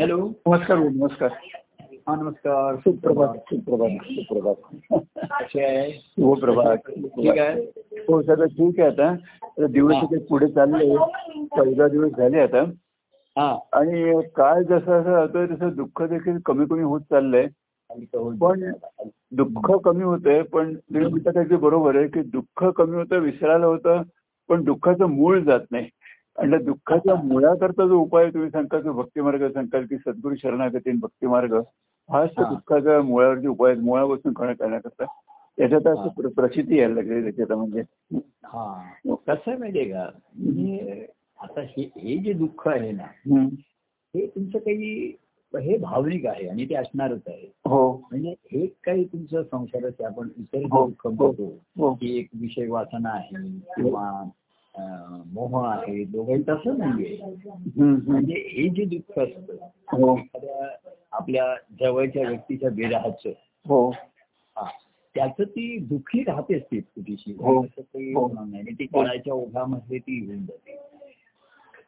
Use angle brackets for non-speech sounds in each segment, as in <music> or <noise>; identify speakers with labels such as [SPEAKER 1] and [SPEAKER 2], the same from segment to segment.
[SPEAKER 1] Hello
[SPEAKER 2] नमस्कार भाऊ नमस्कार
[SPEAKER 1] हा नमस्कार
[SPEAKER 2] सुप्रभात सुप्रभात सुप्रभात
[SPEAKER 1] कसे आहे
[SPEAKER 2] हो प्रभात
[SPEAKER 1] ठीक आहे
[SPEAKER 2] हो सगळं ठीक आहे आता तर दिवस इथे पुढे चालले चौदा दिवस झाले आता
[SPEAKER 1] हा
[SPEAKER 2] आणि काळ जसं जसं जातोय तसं दुःख देखील कमी कमी होत चाललंय
[SPEAKER 1] आणि तो
[SPEAKER 2] पण दुःख कमी होतंय पण तुम्ही म्हणता ते अगदी बरोबर आहे की दुःख कमी होतं विसरायला होतं पण दुःखाचं मूळ जात नाही आणि त्या दुःखाच्या मुळाकरता जो उपाय तुम्ही सांगता तो भक्तिमार्ग सांगताल की सद्गुरु शरणागती आणि भक्तिमार्ग हाच त्या
[SPEAKER 1] हा.
[SPEAKER 2] दुःखाचा मुळावरती उपाय आहे, मुळापासून खणा करण्याकरता त्याच्यात असं
[SPEAKER 1] हा.
[SPEAKER 2] प्र- प्रचिती यायला लागली त्याच्यात म्हणजे
[SPEAKER 1] हा कसं आहे माहितीये का म्हणजे आता हे हे जे दुःख आहे ना
[SPEAKER 2] हम्म.
[SPEAKER 1] हे तुमचं काही हे भावनिक आहे आणि ते असणारच आहे
[SPEAKER 2] हो
[SPEAKER 1] म्हणजे हे काही तुमचं संसाराचे आपण इतर जे
[SPEAKER 2] हो,
[SPEAKER 1] दुःख
[SPEAKER 2] हो.
[SPEAKER 1] म्हणतो
[SPEAKER 2] हो
[SPEAKER 1] की एक विषय वासना आहे किंवा अं, मोह आहे दोघांही तसं नाहीये
[SPEAKER 2] हम्म, हम्म.
[SPEAKER 1] म्हणजे हे जे दुःख असतं
[SPEAKER 2] हो
[SPEAKER 1] एखाद्या आपल्या जवळच्या व्यक्तीच्या बेराहाचं
[SPEAKER 2] हो
[SPEAKER 1] हा. त्याचं ती दुःखी राहतेच ती थोडीशी
[SPEAKER 2] हो.
[SPEAKER 1] असं काही
[SPEAKER 2] हो.
[SPEAKER 1] होणार नाही आणि ती काळाच्या ओघामध्ये ती येऊन जाते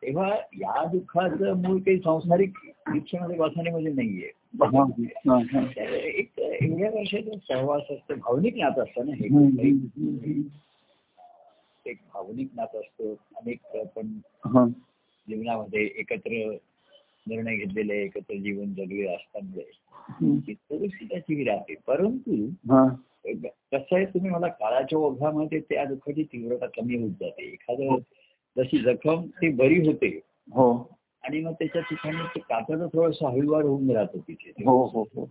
[SPEAKER 1] तेव्हा या दुःखाचं मूळ काही सांसारिक दीक्षेमध्ये वाचण्यामध्ये म्हणजे नाहीये
[SPEAKER 2] हा, हा, हा.
[SPEAKER 1] त्याला एक एवढ्या वर्षाचा सहवास असतो भावनिक नातं असतं ना
[SPEAKER 2] हम्म,
[SPEAKER 1] हे
[SPEAKER 2] हम्म, हम्म.
[SPEAKER 1] एक भावनिक नातं असतं अनेक आपण
[SPEAKER 2] हा.
[SPEAKER 1] जीवनामध्ये एकत्र निर्णय घेतलेले एकत्र जीवन जगले असतामुळे
[SPEAKER 2] हम्म.
[SPEAKER 1] ती थोडीशी त्याची राहते परंतु
[SPEAKER 2] हा.
[SPEAKER 1] कसं आहे तुम्ही मला काळाच्या ओघामध्ये त्या दुःखाची तीव्रता कमी होत जाते एखादं जशी जखम ती बरी होते
[SPEAKER 2] हो
[SPEAKER 1] आणि मग त्याच्या ठिकाणी ते काचाचं थोडंसं हळूवार होऊन राहतो तिथे
[SPEAKER 2] हो हो हो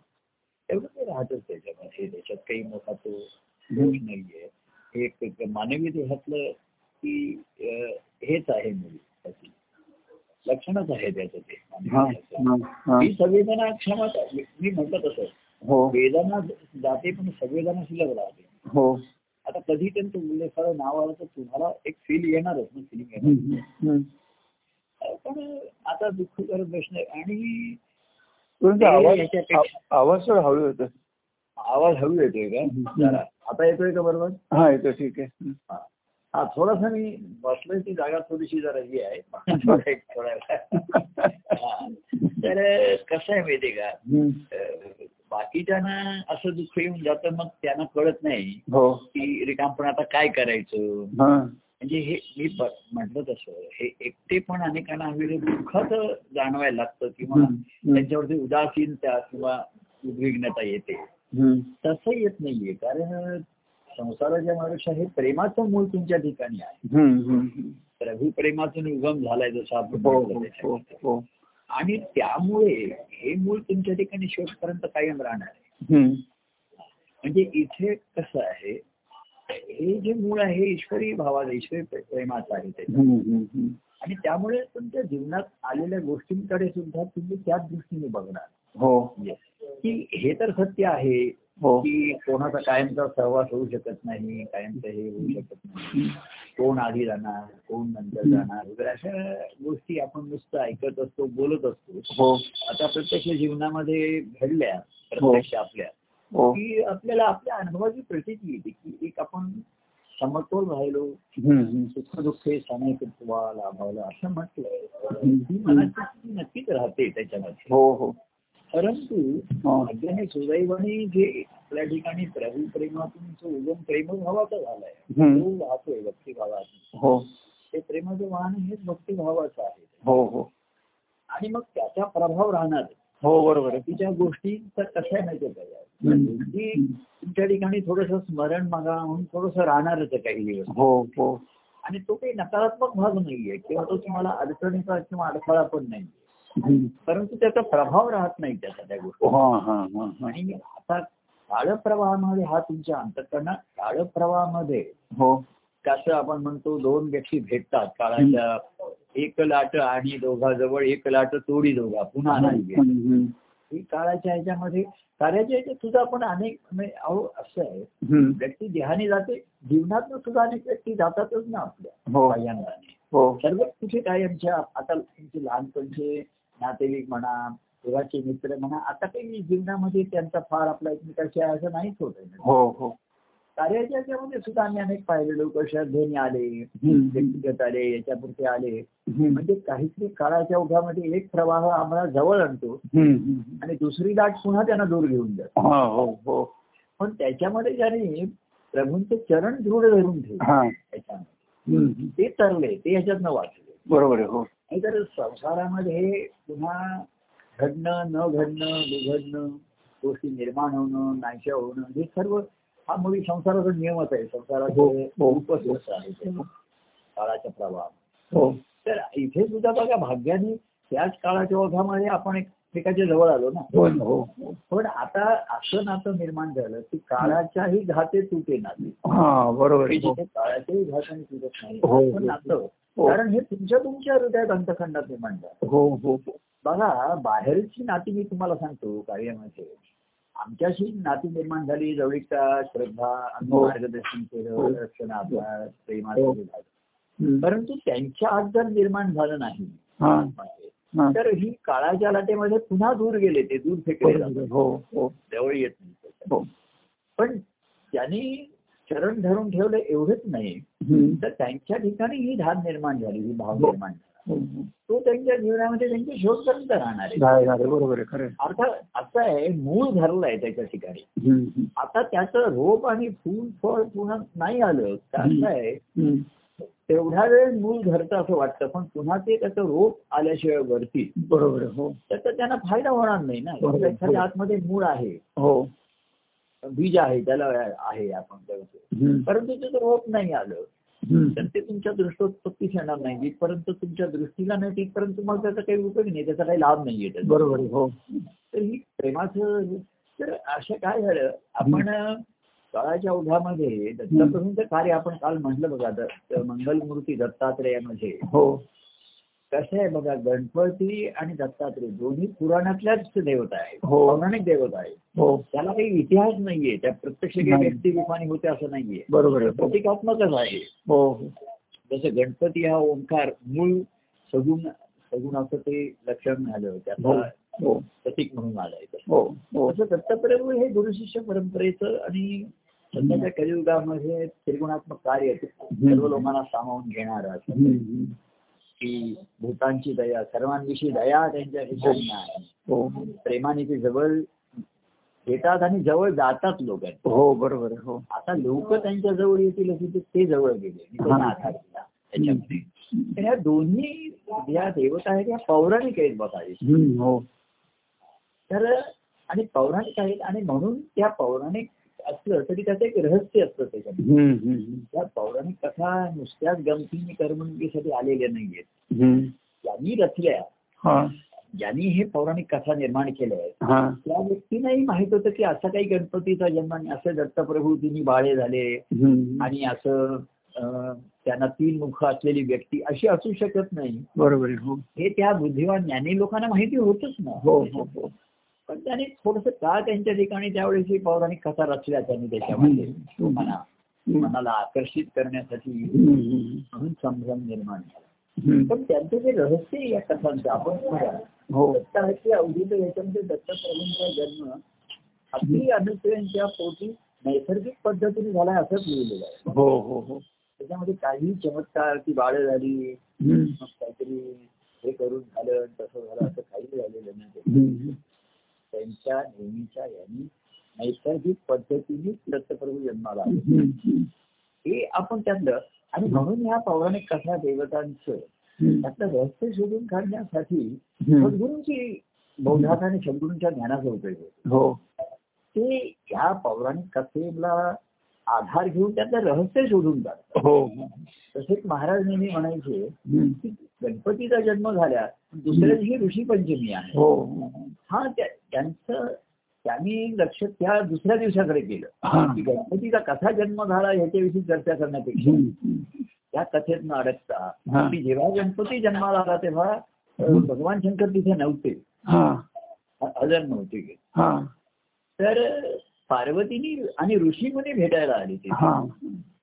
[SPEAKER 1] तेवढं ते राहतच त्याच्यामध्ये त्याच्यात काही मोठा तो
[SPEAKER 2] हम्म.
[SPEAKER 1] दोष नाहीये हे एक एक मानवी देहातलं की अं, हेच आहे मुली त्याची लक्षणच आहे त्याचं ते मानवी
[SPEAKER 2] हा,
[SPEAKER 1] देहाचं.
[SPEAKER 2] हा, हा.
[SPEAKER 1] ही संवेदना क्षमता मी म्हटलं तसं
[SPEAKER 2] हो
[SPEAKER 1] वेदना जाते पण संवेदना शिल्लक राहते
[SPEAKER 2] हो
[SPEAKER 1] आता कधी पण तुम्ही एखादं नाव आलं तर तुम्हाला एक फील येणारच ना फिलिंग येणार
[SPEAKER 2] हम्म, हम्म.
[SPEAKER 1] पण आता दुःख करत बसणे आणि
[SPEAKER 2] तुमचा
[SPEAKER 1] ते
[SPEAKER 2] आवाज
[SPEAKER 1] याच्यापेक्षा-
[SPEAKER 2] आ- आवाज थोडा हळू होता
[SPEAKER 1] आवाज हळू येतोय का
[SPEAKER 2] हम्म.
[SPEAKER 1] जरा आता येतोय का बरोबर
[SPEAKER 2] हा येतो ठीक आहे हम्म.
[SPEAKER 1] हा. हा थोडासा मी बसलोय ती जागा थोडीशी जरा ही आहे थोडा एक- थोडा हा. तर कसं आहे माहितीये का
[SPEAKER 2] हम्म.
[SPEAKER 1] अं, बाकीच्यांना असं दुःख येऊन जातं मग त्यांना कळत नाही
[SPEAKER 2] हो
[SPEAKER 1] की रिकामपण आता काय करायचं
[SPEAKER 2] हा
[SPEAKER 1] म्हणजे हे मी ब- म्हटलं तसं हे एकटे पण अनेकांना हवी दुःखात जाणवायला लागतं किंवा
[SPEAKER 2] हम्म, हम्म.
[SPEAKER 1] त्यांच्यावरती उदासीनता किंवा उद्विग्नता येते
[SPEAKER 2] हम्म.
[SPEAKER 1] तसं येत नाहीये कारण संसाराच्या माणूस हे प्रेमाचं मूळ तुमच्या ठिकाणी आहे
[SPEAKER 2] हम्म, हम्म.
[SPEAKER 1] प्रभू प्रेमातून उगम झालाय जसं आपण
[SPEAKER 2] हो
[SPEAKER 1] म्हटलं
[SPEAKER 2] हो हो
[SPEAKER 1] त्याच्यामध्ये.
[SPEAKER 2] हो
[SPEAKER 1] आणि त्यामुळे हे मूळ तुमच्या ठिकाणी शेवटपर्यंत कायम राहणार आहे
[SPEAKER 2] हम्म.
[SPEAKER 1] म्हणजे इथे कसं आहे हे जे मूळ आहे ईश्वरी भावाचं ईश्वरी प्रे- प्रेमाचं आहे ते
[SPEAKER 2] हम्म, हम्म, हम्म.
[SPEAKER 1] आणि त्यामुळे तुमच्या जीवनात आलेल्या गोष्टींकडे सुद्धा तुम्ही त्याच दृष्टीने बघणार
[SPEAKER 2] हो
[SPEAKER 1] म्हणजे की हे तर सत्य आहे
[SPEAKER 2] हो
[SPEAKER 1] की कोणाचा कायमचा सहवास होऊ शकत नाही कायमचं हे होऊ शकत नाही कोण आधी जाणार कोण नंतर जाणार वगैरे अशा गोष्टी आपण नुसतं ऐकत असतो बोलत असतो
[SPEAKER 2] हो
[SPEAKER 1] आता प्रत्यक्ष जीवनामध्ये घडल्या प्रत्यक्ष आपल्या
[SPEAKER 2] हो
[SPEAKER 1] की आपल्याला आपल्या अनुभवाची प्रचिती येते की एक आपण समतोल राहिलो
[SPEAKER 2] हम्म, हम्म.
[SPEAKER 1] सुख दुःखे समेतत्वा लाभावलं असं म्हटलंय
[SPEAKER 2] हम्म.
[SPEAKER 1] ती मनाची स्थिती नक्कीच राहते त्याच्यामध्ये
[SPEAKER 2] हो हो
[SPEAKER 1] परंतु
[SPEAKER 2] हा.
[SPEAKER 1] भाग्याने सुदैवाने जे आपल्या ठिकाणी प्रभू प्रेमातून जो उगम प्रेमभावाचा झालाय
[SPEAKER 2] हम्म.
[SPEAKER 1] तो वाहतोय भक्तिभावातून
[SPEAKER 2] हो
[SPEAKER 1] ते प्रेमाचं वाहन हेच भक्तिभावाचं आहे
[SPEAKER 2] हो हो
[SPEAKER 1] आणि मग त्याचा प्रभाव राहणार
[SPEAKER 2] हो बरोबर आहे
[SPEAKER 1] बाकीच्या गोष्टी तर कशा आहे माहितीये का या?
[SPEAKER 2] हम्म.
[SPEAKER 1] गोष्टी म्हणजे तुमच्या ठिकाणी थोडस स्मरण मागा म्हणून थोडस राहणारच आहे काही दिवस
[SPEAKER 2] हो हो
[SPEAKER 1] आणि तो काही नकारात्मक भाग नाहीये किंवा तो तुम्हाला अडचणीचा किंवा अडथळा पण नाही
[SPEAKER 2] हम्म.
[SPEAKER 1] परंतु त्याचा प्रभाव राहत नाही त्याचा त्या गोष्टी
[SPEAKER 2] हा हा हा हा
[SPEAKER 1] आणि आता काळ प्रवाहामध्ये हा तुमच्या अंतकरणात काळ प्रवाहामध्ये
[SPEAKER 2] हो
[SPEAKER 1] कसं आपण म्हणतो दोन व्यक्ती भेटतात काळाच्या एक लाट आणि दोघाजवळ एक लाट तोडी दोघा पुन्हा नाही भेट.
[SPEAKER 2] हम्म, हम्म.
[SPEAKER 1] ही काळाच्या ह्याच्यामध्ये कार्याच्या ह्याच्यात सुद्धा आपण अनेक म्हणजे अहो असं आहे
[SPEAKER 2] हम्म.
[SPEAKER 1] व्यक्ती देहाने जाते जीवनात सुद्धा अनेक व्यक्ती जातातच ना आपल्या
[SPEAKER 2] हो
[SPEAKER 1] बाह्यांनी
[SPEAKER 2] हो
[SPEAKER 1] सर्व कुठे काय आमच्या आता तुमचे लहानपणचे नातेवाईक म्हणा पुराचे मित्र म्हणा आता काही जीवनामध्ये त्यांचा फार आपला एकमेकाशी असं नाहीच होत आहे.
[SPEAKER 2] हो हो
[SPEAKER 1] कार्याच्या याच्यामध्ये सुद्धा आम्ही अनेक पाहिलेलो कशा धनी आले व्यक्तिगत आले याच्यापुरते आले
[SPEAKER 2] हम्म.
[SPEAKER 1] म्हणजे काहीतरी काळाच्या ओघामध्ये एक प्रवाह आम्हाला जवळ आणतो
[SPEAKER 2] हम्म.
[SPEAKER 1] आणि दुसरी लाट पुन्हा त्यांना दूर घेऊन जातो
[SPEAKER 2] हा हो हो
[SPEAKER 1] पण त्याच्यामध्ये ज्याने प्रभूंचे चरण दृढ धरून ठेवले
[SPEAKER 2] हा
[SPEAKER 1] त्याच्यामध्ये
[SPEAKER 2] हम्म.
[SPEAKER 1] ते तरले ते ह्याच्यातनं वाचले
[SPEAKER 2] बरोबर आहे हो
[SPEAKER 1] नाही तर संसारामध्ये पुन्हा घडणं न घडणं बिघडणं गोष्टी निर्माण होणं नाहीशा होणं हे सर्व हा मुळी संसाराचा नियमच आहे
[SPEAKER 2] हो,
[SPEAKER 1] संसाराचे
[SPEAKER 2] हो.
[SPEAKER 1] खूपच असं आहे ते. काळाचा प्रभाव
[SPEAKER 2] हो
[SPEAKER 1] तर इथे सुद्धा बघा भाग्याने त्याच काळाच्या ओघामध्ये आपण एकमेकाच्या जवळ आलो ना
[SPEAKER 2] हो ना, हो
[SPEAKER 1] पण आता असं नातं निर्माण झालं की काळाच्याही घाते तुटे नाते
[SPEAKER 2] हा बरोबर आहे हो.
[SPEAKER 1] जिथे काळाच्याही घाताने तुटत नाही
[SPEAKER 2] हो,
[SPEAKER 1] पण
[SPEAKER 2] हो.
[SPEAKER 1] नातं
[SPEAKER 2] हो.
[SPEAKER 1] कारण हे तुमच्या तुमच्या हृदयात अंतखंडात निर्माण झालं
[SPEAKER 2] हो हो हो.
[SPEAKER 1] बघा बाहेरची नाती मी तुम्हाला सांगतो कार्यामध्ये आमच्याशी नाती निर्माण झाली जवळीकता श्रद्धा आम्ही
[SPEAKER 2] हो.
[SPEAKER 1] मार्गदर्शन
[SPEAKER 2] हो.
[SPEAKER 1] केलं रक्षण अभ्यास
[SPEAKER 2] हो.
[SPEAKER 1] प्रेमाचं झालं
[SPEAKER 2] हम्म.
[SPEAKER 1] परंतु त्यांच्या आत जर निर्माण झालं नाही
[SPEAKER 2] हा हा
[SPEAKER 1] तर ही काळाच्या लाटेमध्ये पुन्हा दूर गेले ते दूर फेकले
[SPEAKER 2] बरोबर
[SPEAKER 1] जातात.
[SPEAKER 2] आहे. हो हो
[SPEAKER 1] जवळ येत नाही
[SPEAKER 2] हो
[SPEAKER 1] पण त्यांनी चरण धरून ठेवलं एवढंच नाही
[SPEAKER 2] हम्म.
[SPEAKER 1] तर त्यांच्या ठिकाणी ही धान निर्माण झाली ही भाव
[SPEAKER 2] हो.
[SPEAKER 1] निर्माण झाला
[SPEAKER 2] हो, हो.
[SPEAKER 1] तो त्यांच्या जीवनामध्ये त्यांचे शोध करत राहणार आहे
[SPEAKER 2] झाले, झाले. बरोबर आहे खरं आहे.
[SPEAKER 1] अर्थात असं आहे मूळ धरलं आहे त्याच्या ठिकाणी
[SPEAKER 2] हम्म, हम्म.
[SPEAKER 1] आता त्याचं रोप आणि फूल फळ पुन्हा नाही आलं तर असं आहे
[SPEAKER 2] हम्म.
[SPEAKER 1] तेवढा वेळ मूळ धरतं असं वाटतं पण पुन्हा ते त्याचं रोप आल्याशिवाय वरती
[SPEAKER 2] बरोबर आहे. हो
[SPEAKER 1] तर तर त्यांना फायदा होणार नाही ना म्हणजे
[SPEAKER 2] बरोबर.
[SPEAKER 1] एखाद्या आतमध्ये मूळ आहे
[SPEAKER 2] हो
[SPEAKER 1] बीज आहे त्याला आहे आपण त्याचं.
[SPEAKER 2] हम्म.
[SPEAKER 1] परंतु त्याचं रोप नाही आलं तर
[SPEAKER 2] हम्म.
[SPEAKER 1] ते तुमच्या दृष्टोत्पत्तीस येणार नाही जिथपर्यंत तुमच्या दृष्टीला नाही तिथपर्यंत तुम्हाला त्याचा काही उपयोग नाही त्याचा काही लाभ नाहीये त्याचा
[SPEAKER 2] बरोबर आहे. हो
[SPEAKER 1] तर ही प्रेमाचं तर असं काय झालं आपण काळाच्या ओघामध्ये दत्तप्रभूंचं कार्य आपण काल म्हटलं बघा दत्त मंगलमूर्ती दत्तात्रेयामध्ये
[SPEAKER 2] हो
[SPEAKER 1] कसं आहे बघा गणपती आणि दत्तात्रेय दोन्ही पुराणातल्याच देवता आहेत
[SPEAKER 2] हो.
[SPEAKER 1] पौराणिक देवता आहेत
[SPEAKER 2] हो
[SPEAKER 1] त्याला काही इतिहास नाहीये त्या प्रत्यक्ष काही
[SPEAKER 2] नाही.
[SPEAKER 1] व्यक्ती रूपाने होते असं नाहीये
[SPEAKER 2] बरोबर आहे. हो
[SPEAKER 1] प्रतिकात्मकच आहे
[SPEAKER 2] हो
[SPEAKER 1] जसं गणपती हा ओंकार मूळ सगुण सगुणाचं ते लक्षण झालं
[SPEAKER 2] हो
[SPEAKER 1] त्याचा
[SPEAKER 2] हो
[SPEAKER 1] प्रतीक म्हणून आलंय ते.
[SPEAKER 2] हो हो
[SPEAKER 1] असं दत्तप्रभू हे गुरुशिष्य परंपरेचं आणि सध्याच्या कलियुगामध्ये त्रिगुणात्मक कार्य ते सर्व लोकांना सामावून घेणार असं
[SPEAKER 2] हम्म, हम्म.
[SPEAKER 1] की भूतांची दया सर्वांविषयी दया त्यांच्या ठिकाणी आहे
[SPEAKER 2] हो
[SPEAKER 1] प्रेमाने ते जवळ येतात आणि जवळ जातात लोक
[SPEAKER 2] हो बरोबर आहे. हो
[SPEAKER 1] आता लोक त्यांच्या जवळ येतील असे ते- ते जवळ गेले आणि त्यांना आधार दिला त्याच्यामध्ये तर ह्या दोन्ही ज्या देवता आहेत त्या पौराणिक आहेत बघा
[SPEAKER 2] हम्म, हो
[SPEAKER 1] तर आणि पौराणिक आहेत आणि म्हणून त्या पौराणिक असलं तरी त्याचं एक रहस्य असतं त्याच्यामध्ये
[SPEAKER 2] हम्म, हम्म,
[SPEAKER 1] त्या पौराणिक कथा नुसत्याच गमतीने करमणुकीसाठी आलेल्या नाहीयेत
[SPEAKER 2] हम्म.
[SPEAKER 1] ज्यांनी रचल्या
[SPEAKER 2] हा
[SPEAKER 1] ज्यांनी हे पौराणिक कथा निर्माण केल्या आहेत
[SPEAKER 2] हा
[SPEAKER 1] त्या व्यक्तींनाही माहित होतं की असा काही गणपतीचा जन्म आणि असे दत्तप्रभू तिन्ही बाळे झाले
[SPEAKER 2] हम्म.
[SPEAKER 1] आणि असं अं, त्यांना तीन मुख असलेली व्यक्ती अशी असू शकत नाही
[SPEAKER 2] बरोबर आहे. हो
[SPEAKER 1] हे त्या बुद्धिवान ज्ञानी लोकांना माहिती होतच ना
[SPEAKER 2] हो हो हो
[SPEAKER 1] पण त्याने थोडस का त्यांच्या ठिकाणी त्यावेळेस ही पौराणिक कथा रचल्या त्यांनी त्याच्यामध्ये
[SPEAKER 2] हम्म.
[SPEAKER 1] मना
[SPEAKER 2] हम्म,
[SPEAKER 1] मनाला आकर्षित करण्यासाठी
[SPEAKER 2] हम्म,
[SPEAKER 1] म्हणून संभ्रम निर्माण झाला
[SPEAKER 2] हम्म.
[SPEAKER 1] पण त्यांचं जे रहस्य आहे या कथांचं आपण बघा,
[SPEAKER 2] हो
[SPEAKER 1] दत्ताची अवधीत याच्यामध्ये दत्तप्रभूंचा जन्म अगदी अनुसयांच्या पोटी नैसर्गिक पद्धतीने झाला असंच लिहिलेलं आहे
[SPEAKER 2] हो हो हो
[SPEAKER 1] त्याच्यामध्ये काही चमत्कार ती बाळ झाली
[SPEAKER 2] हम्म,
[SPEAKER 1] मग काहीतरी हे करून झालं तसं झालं असं काही झालेलं नाही
[SPEAKER 2] हम्म.
[SPEAKER 1] त्यांच्या नेहमीच्या यांनी नैसर्गिक पद्धतीने दत्तप्रभू जन्माला आले
[SPEAKER 2] हम्म, हम्म.
[SPEAKER 1] हे आपण त्यातलं आणि म्हणून ह्या पौराणिक कथा देवतांचं
[SPEAKER 2] हम्म,
[SPEAKER 1] त्यातलं रहस्य शोधून काढण्यासाठी
[SPEAKER 2] हम्म.
[SPEAKER 1] सद्गुरूंची बौद्धात आणि सद्गुरूंच्या ज्ञानाचा उपयोग होतो
[SPEAKER 2] हो
[SPEAKER 1] ते ह्या पौराणिक कथेला आधार घेऊन त्यातलं रहस्य शोधून काढतात
[SPEAKER 2] हो
[SPEAKER 1] तसेच महाराज नेहमी म्हणायचे
[SPEAKER 2] हम्म.
[SPEAKER 1] की गणपतीचा जन्म झाला दुसऱ्या दिवशी ऋषी पंचमी आहे
[SPEAKER 2] हो
[SPEAKER 1] हा त्या- त्यांचं त्यांनी लक्ष त्या दुसऱ्या दिवसाकडे केलं
[SPEAKER 2] हा.
[SPEAKER 1] की गणपतीचा कसा जन्म झाला ह्याच्याविषयी चर्चा करण्यापेक्षा
[SPEAKER 2] हम्म.
[SPEAKER 1] त्या कथेत न अडकता
[SPEAKER 2] हा.
[SPEAKER 1] की जेव्हा गणपती जन्माला आला तेव्हा अं, भगवान शंकर तिथे नव्हते
[SPEAKER 2] हा
[SPEAKER 1] अ- हजर नव्हते
[SPEAKER 2] हा
[SPEAKER 1] तर अं, पार्वतीनी आणि ऋषीमुनी भेटायला आली ते
[SPEAKER 2] हा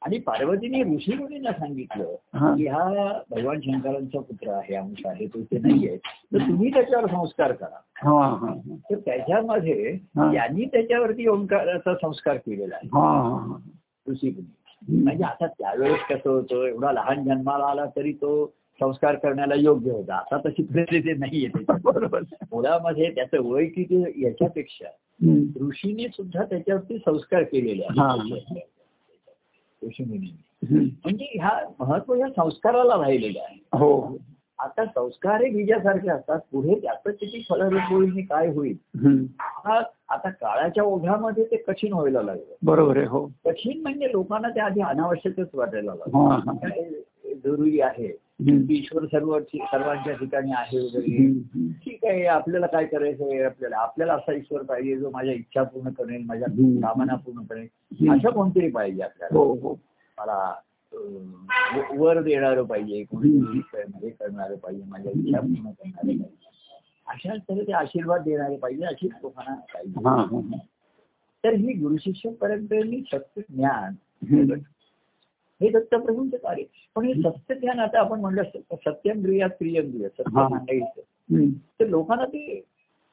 [SPEAKER 1] आणि पार्वतीने ऋषीमुनींना सांगितलं
[SPEAKER 2] हा.
[SPEAKER 1] की हा भगवान शंकरांचा पुत्र आहे अंश आहे तो ते नाहीये तर तुम्ही त्याच्यावर संस्कार करा
[SPEAKER 2] हा हा
[SPEAKER 1] तर त्याच्यामध्ये
[SPEAKER 2] हा.
[SPEAKER 1] त्यांनी त्याच्यावरती ओंकाराचा संस्कार केलेला आहे
[SPEAKER 2] हा हा
[SPEAKER 1] ऋषीमुनी म्हणजे आता त्यावेळेस कसं होतं एवढा लहान जन्माला आला तरी तो संस्कार करण्याला योग्य होता आता तशी परिस्थिती नाही येते
[SPEAKER 2] बरोबर
[SPEAKER 1] मुलामध्ये त्याचं वय किती याच्यापेक्षा
[SPEAKER 2] हम्म.
[SPEAKER 1] ऋषीने सुद्धा त्याच्यावरती संस्कार केलेले आहेत
[SPEAKER 2] हा.
[SPEAKER 1] ऋषीमुनींनी
[SPEAKER 2] हम्म.
[SPEAKER 1] म्हणजे ह्या महत्व या संस्काराला राहिलेलं आहे
[SPEAKER 2] हो
[SPEAKER 1] आता संस्कार हे बीजासारखे असतात पुढे त्याचं किती फलरूप होईल आणि काय होईल
[SPEAKER 2] हम्म.
[SPEAKER 1] हा आता काळाच्या ओघामध्ये ते कठीण व्हायला लागलं
[SPEAKER 2] बरोबर आहे हो
[SPEAKER 1] कठीण म्हणजे लोकांना ते आधी अनावश्यकच वाटायला लागलं
[SPEAKER 2] हा, हा.
[SPEAKER 1] काय जरुरी आहे
[SPEAKER 2] हम्म.
[SPEAKER 1] ईश्वर सर्व सर्वांच्या ठिकाणी आहे वगैरे
[SPEAKER 2] हम्म.
[SPEAKER 1] ठीक आहे आपल्याला काय करायचं आहे आपल्याला आपल्याला असा ईश्वर पाहिजे जो माझ्या इच्छा पूर्ण करेल माझ्या
[SPEAKER 2] हम्म.
[SPEAKER 1] कामना पूर्ण करेल
[SPEAKER 2] हम्म.
[SPEAKER 1] असं कोणतरी पाहिजे आपल्याला
[SPEAKER 2] हो हो
[SPEAKER 1] मला अं, वर देणारं पाहिजे कोणी हे करणारं पाहिजे माझ्या इच्छा पूर्ण करणारं पाहिजे अशा तऱ्हे ते आशीर्वाद देणारे पाहिजे अशीच लोकांना पाहिजे
[SPEAKER 2] हा हा, हा.
[SPEAKER 1] तर ही गुरुशिक्षण परंपरेने सत्य ज्ञान
[SPEAKER 2] हम्म.
[SPEAKER 1] हे दत्तप्रभूंचं कार्य पण हे सत्य ज्ञान आता आपण म्हणलं स- सत्यम क्रिया प्रियम क्रिया सत्य
[SPEAKER 2] हा.
[SPEAKER 1] सांगायचं
[SPEAKER 2] हम्म.
[SPEAKER 1] तर लोकांना ते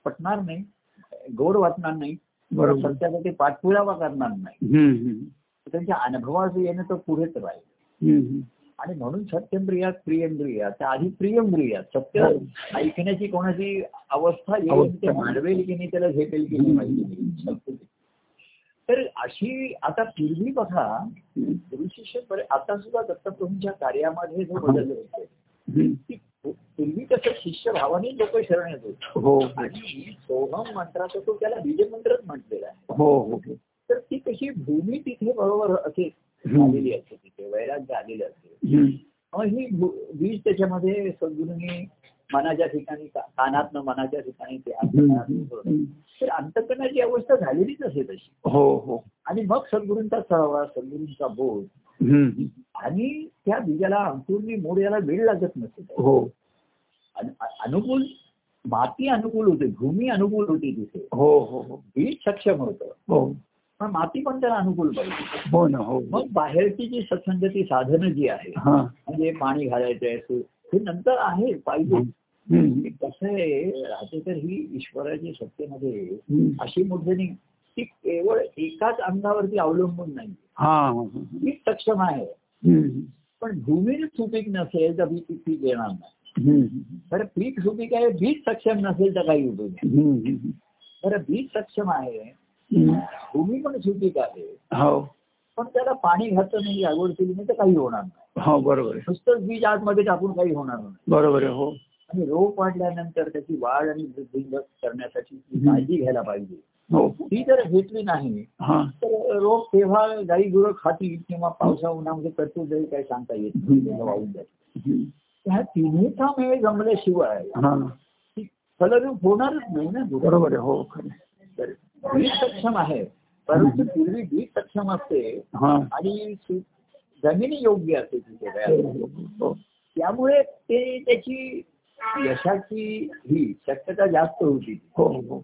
[SPEAKER 1] पटणार नाही गोड वाटणार नाही
[SPEAKER 2] बरोबर
[SPEAKER 1] सत्याचा ते पाठपुरावा करणार नाही
[SPEAKER 2] हम्म, हम्म.
[SPEAKER 1] त्यांच्या अनुभवाचं येणं तर पुढेच राहील
[SPEAKER 2] हम्म.
[SPEAKER 1] आणि म्हणून सत्यंद्रिया प्रियंद्रिया त्या आधी प्रियंद्रिया सत्य ऐकण्याची कोणाची अवस्था येईल ते
[SPEAKER 2] हो. अवस्था.
[SPEAKER 1] मांडवेल की नाही त्याला झेपेल की नाही माहिती नाही सत्य. तर अशी आता पूर्वी बघा
[SPEAKER 2] हम्म.
[SPEAKER 1] गुरुशिष्य पर- आता सुद्धा दत्तप्रभूंच्या कार्यामध्ये जे बदल होते
[SPEAKER 2] हम्म.
[SPEAKER 1] की पूर्वी कसं शिष्यभावाने लोक शरण येत होते
[SPEAKER 2] हो
[SPEAKER 1] आणि सोहम मंत्राचा तो त्याला बीजमंत्रच म्हटलेला आहे
[SPEAKER 2] हो हो हो.
[SPEAKER 1] तर ती कशी भूमी तिथे बरोबर असे
[SPEAKER 2] हम्म.
[SPEAKER 1] आलेली असते तिथे वैराग्य आलेले असते
[SPEAKER 2] हम्म.
[SPEAKER 1] मग ही भू- बीज त्याच्यामध्ये सद्गुरूंनी मनाच्या ठिकाणी का- कानातनं मनाच्या ठिकाणी ते अंतकरणातून सोडलं.
[SPEAKER 2] हम्म.
[SPEAKER 1] तर अंतकरणाची अवस्था झालेलीच असे तशी
[SPEAKER 2] हो हो
[SPEAKER 1] आणि मग सद्गुरूंचा सहवास सद्गुरूंचा बोध
[SPEAKER 2] हम्म.
[SPEAKER 1] आणि त्या बीजाला अंकुरणी मोड याला वेळ लागत नसते
[SPEAKER 2] हो
[SPEAKER 1] अनु- अनुकूल माती अनुकूल होती भूमी अनुकूल होती तिथे
[SPEAKER 2] हो हो हो
[SPEAKER 1] बीज सक्षम होतं
[SPEAKER 2] हो
[SPEAKER 1] पण माती पण त्याला अनुकूल पाहिजे
[SPEAKER 2] हो ना हो
[SPEAKER 1] मग बाहेरची जी सत्संगती साधनं जी आहे
[SPEAKER 2] हा
[SPEAKER 1] म्हणजे पाणी घालायचं आहे सु- हे नंतर आहे पाहिजे
[SPEAKER 2] हम्म.
[SPEAKER 1] कसं आहे राहते तर ही ईश्वराची सत्तेमध्ये
[SPEAKER 2] हम्म.
[SPEAKER 1] अशी मुद्दणी ती केवळ एकाच अंगावरती अवलंबून नाही
[SPEAKER 2] हा हा, हा.
[SPEAKER 1] ती सक्षम आहे
[SPEAKER 2] हम्म.
[SPEAKER 1] पण भूमीच सुपीक नसेल तर पीक पीक येणार नाही
[SPEAKER 2] हम्म.
[SPEAKER 1] बरं पीक सुपीक आहे बीज सक्षम नसेल तर काही उपयोग नाही
[SPEAKER 2] हम्म.
[SPEAKER 1] बरं बीज सक्षम आहे
[SPEAKER 2] हम्म.
[SPEAKER 1] भूमी पण सुपीक आहे
[SPEAKER 2] हो
[SPEAKER 1] पण त्याला पाणी घातलं नाही लागवड केली नाही तर काही होणार नाही
[SPEAKER 2] हो बरोबर आहे
[SPEAKER 1] नुसतंच बीज आतमध्ये टाकून काही होणार नाही
[SPEAKER 2] बरोबर आहे हो
[SPEAKER 1] आणि रोप वाढल्यानंतर त्याची वाढ आणि वृद्धिंगत करण्यासाठी जी काळजी घ्यायला पाहिजे
[SPEAKER 2] हो
[SPEAKER 1] ती जर घेतली नाही
[SPEAKER 2] हा
[SPEAKER 1] तर रोप तेव्हा गाई गुरं खातील किंवा पावसा उन्हामध्ये कर्तृ जाईल काही सांगता येत नाही तेव्हा वाहून जाईल
[SPEAKER 2] हम्म.
[SPEAKER 1] ह्या तिन्हीचा मेळ जमल्याशिवाय
[SPEAKER 2] हा
[SPEAKER 1] ती फलरूप होणारच नाही ना गुरं.
[SPEAKER 2] बरोबर आहे हो खरं आहे.
[SPEAKER 1] तर बीज सक्षम आहे परंतु पूर्वी बीज सक्षम असते
[SPEAKER 2] हा
[SPEAKER 1] आणि सु- जमिनी योग्य असते तिथे गायला.
[SPEAKER 2] हो, हो.
[SPEAKER 1] त्यामुळे ते त्याची यशाची ही शक्यता जास्त होती
[SPEAKER 2] हो हो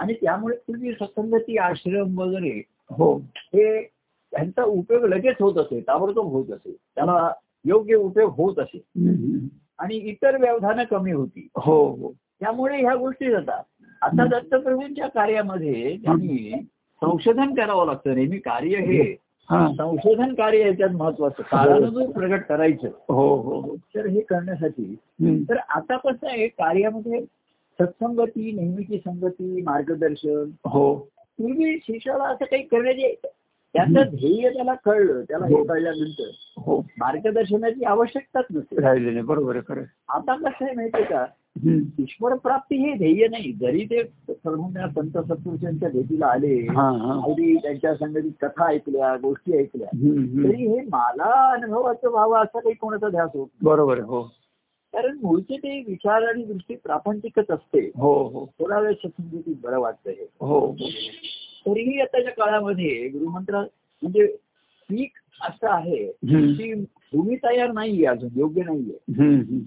[SPEAKER 1] आणि त्यामुळे पूर्वी सत्संगती आश्रम वगैरे
[SPEAKER 2] हो
[SPEAKER 1] हे त्यांचा उपयोग लगेच होत असे ताबडतोब होत असे त्याला योग्य उपयोग होत असे
[SPEAKER 2] हम्म.
[SPEAKER 1] आणि इतर व्यवधानं कमी होती
[SPEAKER 2] हो हो
[SPEAKER 1] त्यामुळे ह्या गोष्टी जातात आता दत्तप्रभूंच्या कार्यामध्ये त्यांनी संशोधन करावं लागतं नेहमी कार्य हे
[SPEAKER 2] हा
[SPEAKER 1] संशोधन कार्य हे त्यात महत्वाचं काळानुरूप प्रगट करायचं
[SPEAKER 2] हो हो हो
[SPEAKER 1] तर हे करण्यासाठी
[SPEAKER 2] हम्म.
[SPEAKER 1] तर आता कसं आहे कार्यामध्ये सत्संगती नेहमीची संगती मार्गदर्शन
[SPEAKER 2] हो
[SPEAKER 1] पूर्वी शिष्याला असं काही करण्याचे त्याचं ध्येय त्याला कळलं त्याला हे कळल्यानंतर
[SPEAKER 2] हो
[SPEAKER 1] मार्गदर्शनाची आवश्यकताच नसते
[SPEAKER 2] राहिलेले बरोबर आहे खरं आहे.
[SPEAKER 1] आता कसं आहे माहितीये का
[SPEAKER 2] हम्म.
[SPEAKER 1] ईश्वर प्राप्ती हे ध्येय नाही जरी ते सर्वांना संत सत्पुरुषांच्या भेटीला आले
[SPEAKER 2] हा हा
[SPEAKER 1] अगदी त्यांच्या संगतीत कथा ऐकल्या गोष्टी ऐकल्या
[SPEAKER 2] हम्म, हम्म.
[SPEAKER 1] तरी हे मला अनुभवाचं व्हावं असा काही कोणाचा ध्यास होत
[SPEAKER 2] बरोबर आहे हो
[SPEAKER 1] कारण मूळचे ते विचार आणि दृष्टी प्रापंचिकच असते
[SPEAKER 2] हो हो
[SPEAKER 1] थोडा वेळ सत्संगतीत बरं वाटतं हे
[SPEAKER 2] हो
[SPEAKER 1] तरीही आताच्या काळामध्ये गुरुमंत्र म्हणजे पीक असं आहे
[SPEAKER 2] हम्म.
[SPEAKER 1] की भूमी तयार नाहीये अजून योग्य नाहीये
[SPEAKER 2] हम्म, हम्म.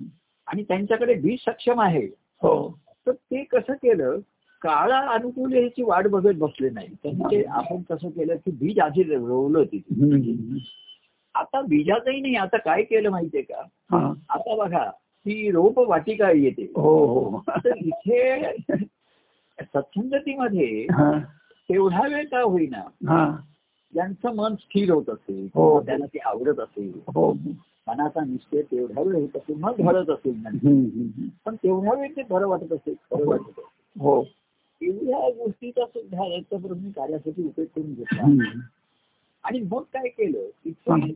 [SPEAKER 1] आणि त्यांच्याकडे बीज सक्षम आहे
[SPEAKER 2] हो
[SPEAKER 1] तर ते कसं केलं काळा अनुकूल ह्याची वाट बघत बसले नाही त्यांनी ते आपण कसं केलं की बीज आधी रोवलं तिथे
[SPEAKER 2] हम्म, हम्म.
[SPEAKER 1] आता बीजाचंही नाही आता काय केलं माहितीये का
[SPEAKER 2] हा.
[SPEAKER 1] आता बघा ती रोप वाटिका येते
[SPEAKER 2] हो हो
[SPEAKER 1] तर इथे सत्संगतीमध्ये
[SPEAKER 2] हा
[SPEAKER 1] तेवढा वेळ का होईना
[SPEAKER 2] हा
[SPEAKER 1] ज्यांचं मन स्थिर होत असेल
[SPEAKER 2] हो.
[SPEAKER 1] किंवा त्यांना ते आवडत असेल
[SPEAKER 2] हो
[SPEAKER 1] मनाचा निश्चय तेवढा वेळ होत असेल मग घडत असेल ज्ञान.
[SPEAKER 2] हम्म, हम्म.
[SPEAKER 1] पण तेवढ्या वेळ ते बरं वाटत असेल बरं वाटत असेल
[SPEAKER 2] हो
[SPEAKER 1] एवढ्या गोष्टीचा सुद्धा रक्तप्रभूंनी कार्यासाठी उपयोग करून घेतला
[SPEAKER 2] हम्म.
[SPEAKER 1] आणि मग काय केलं इथे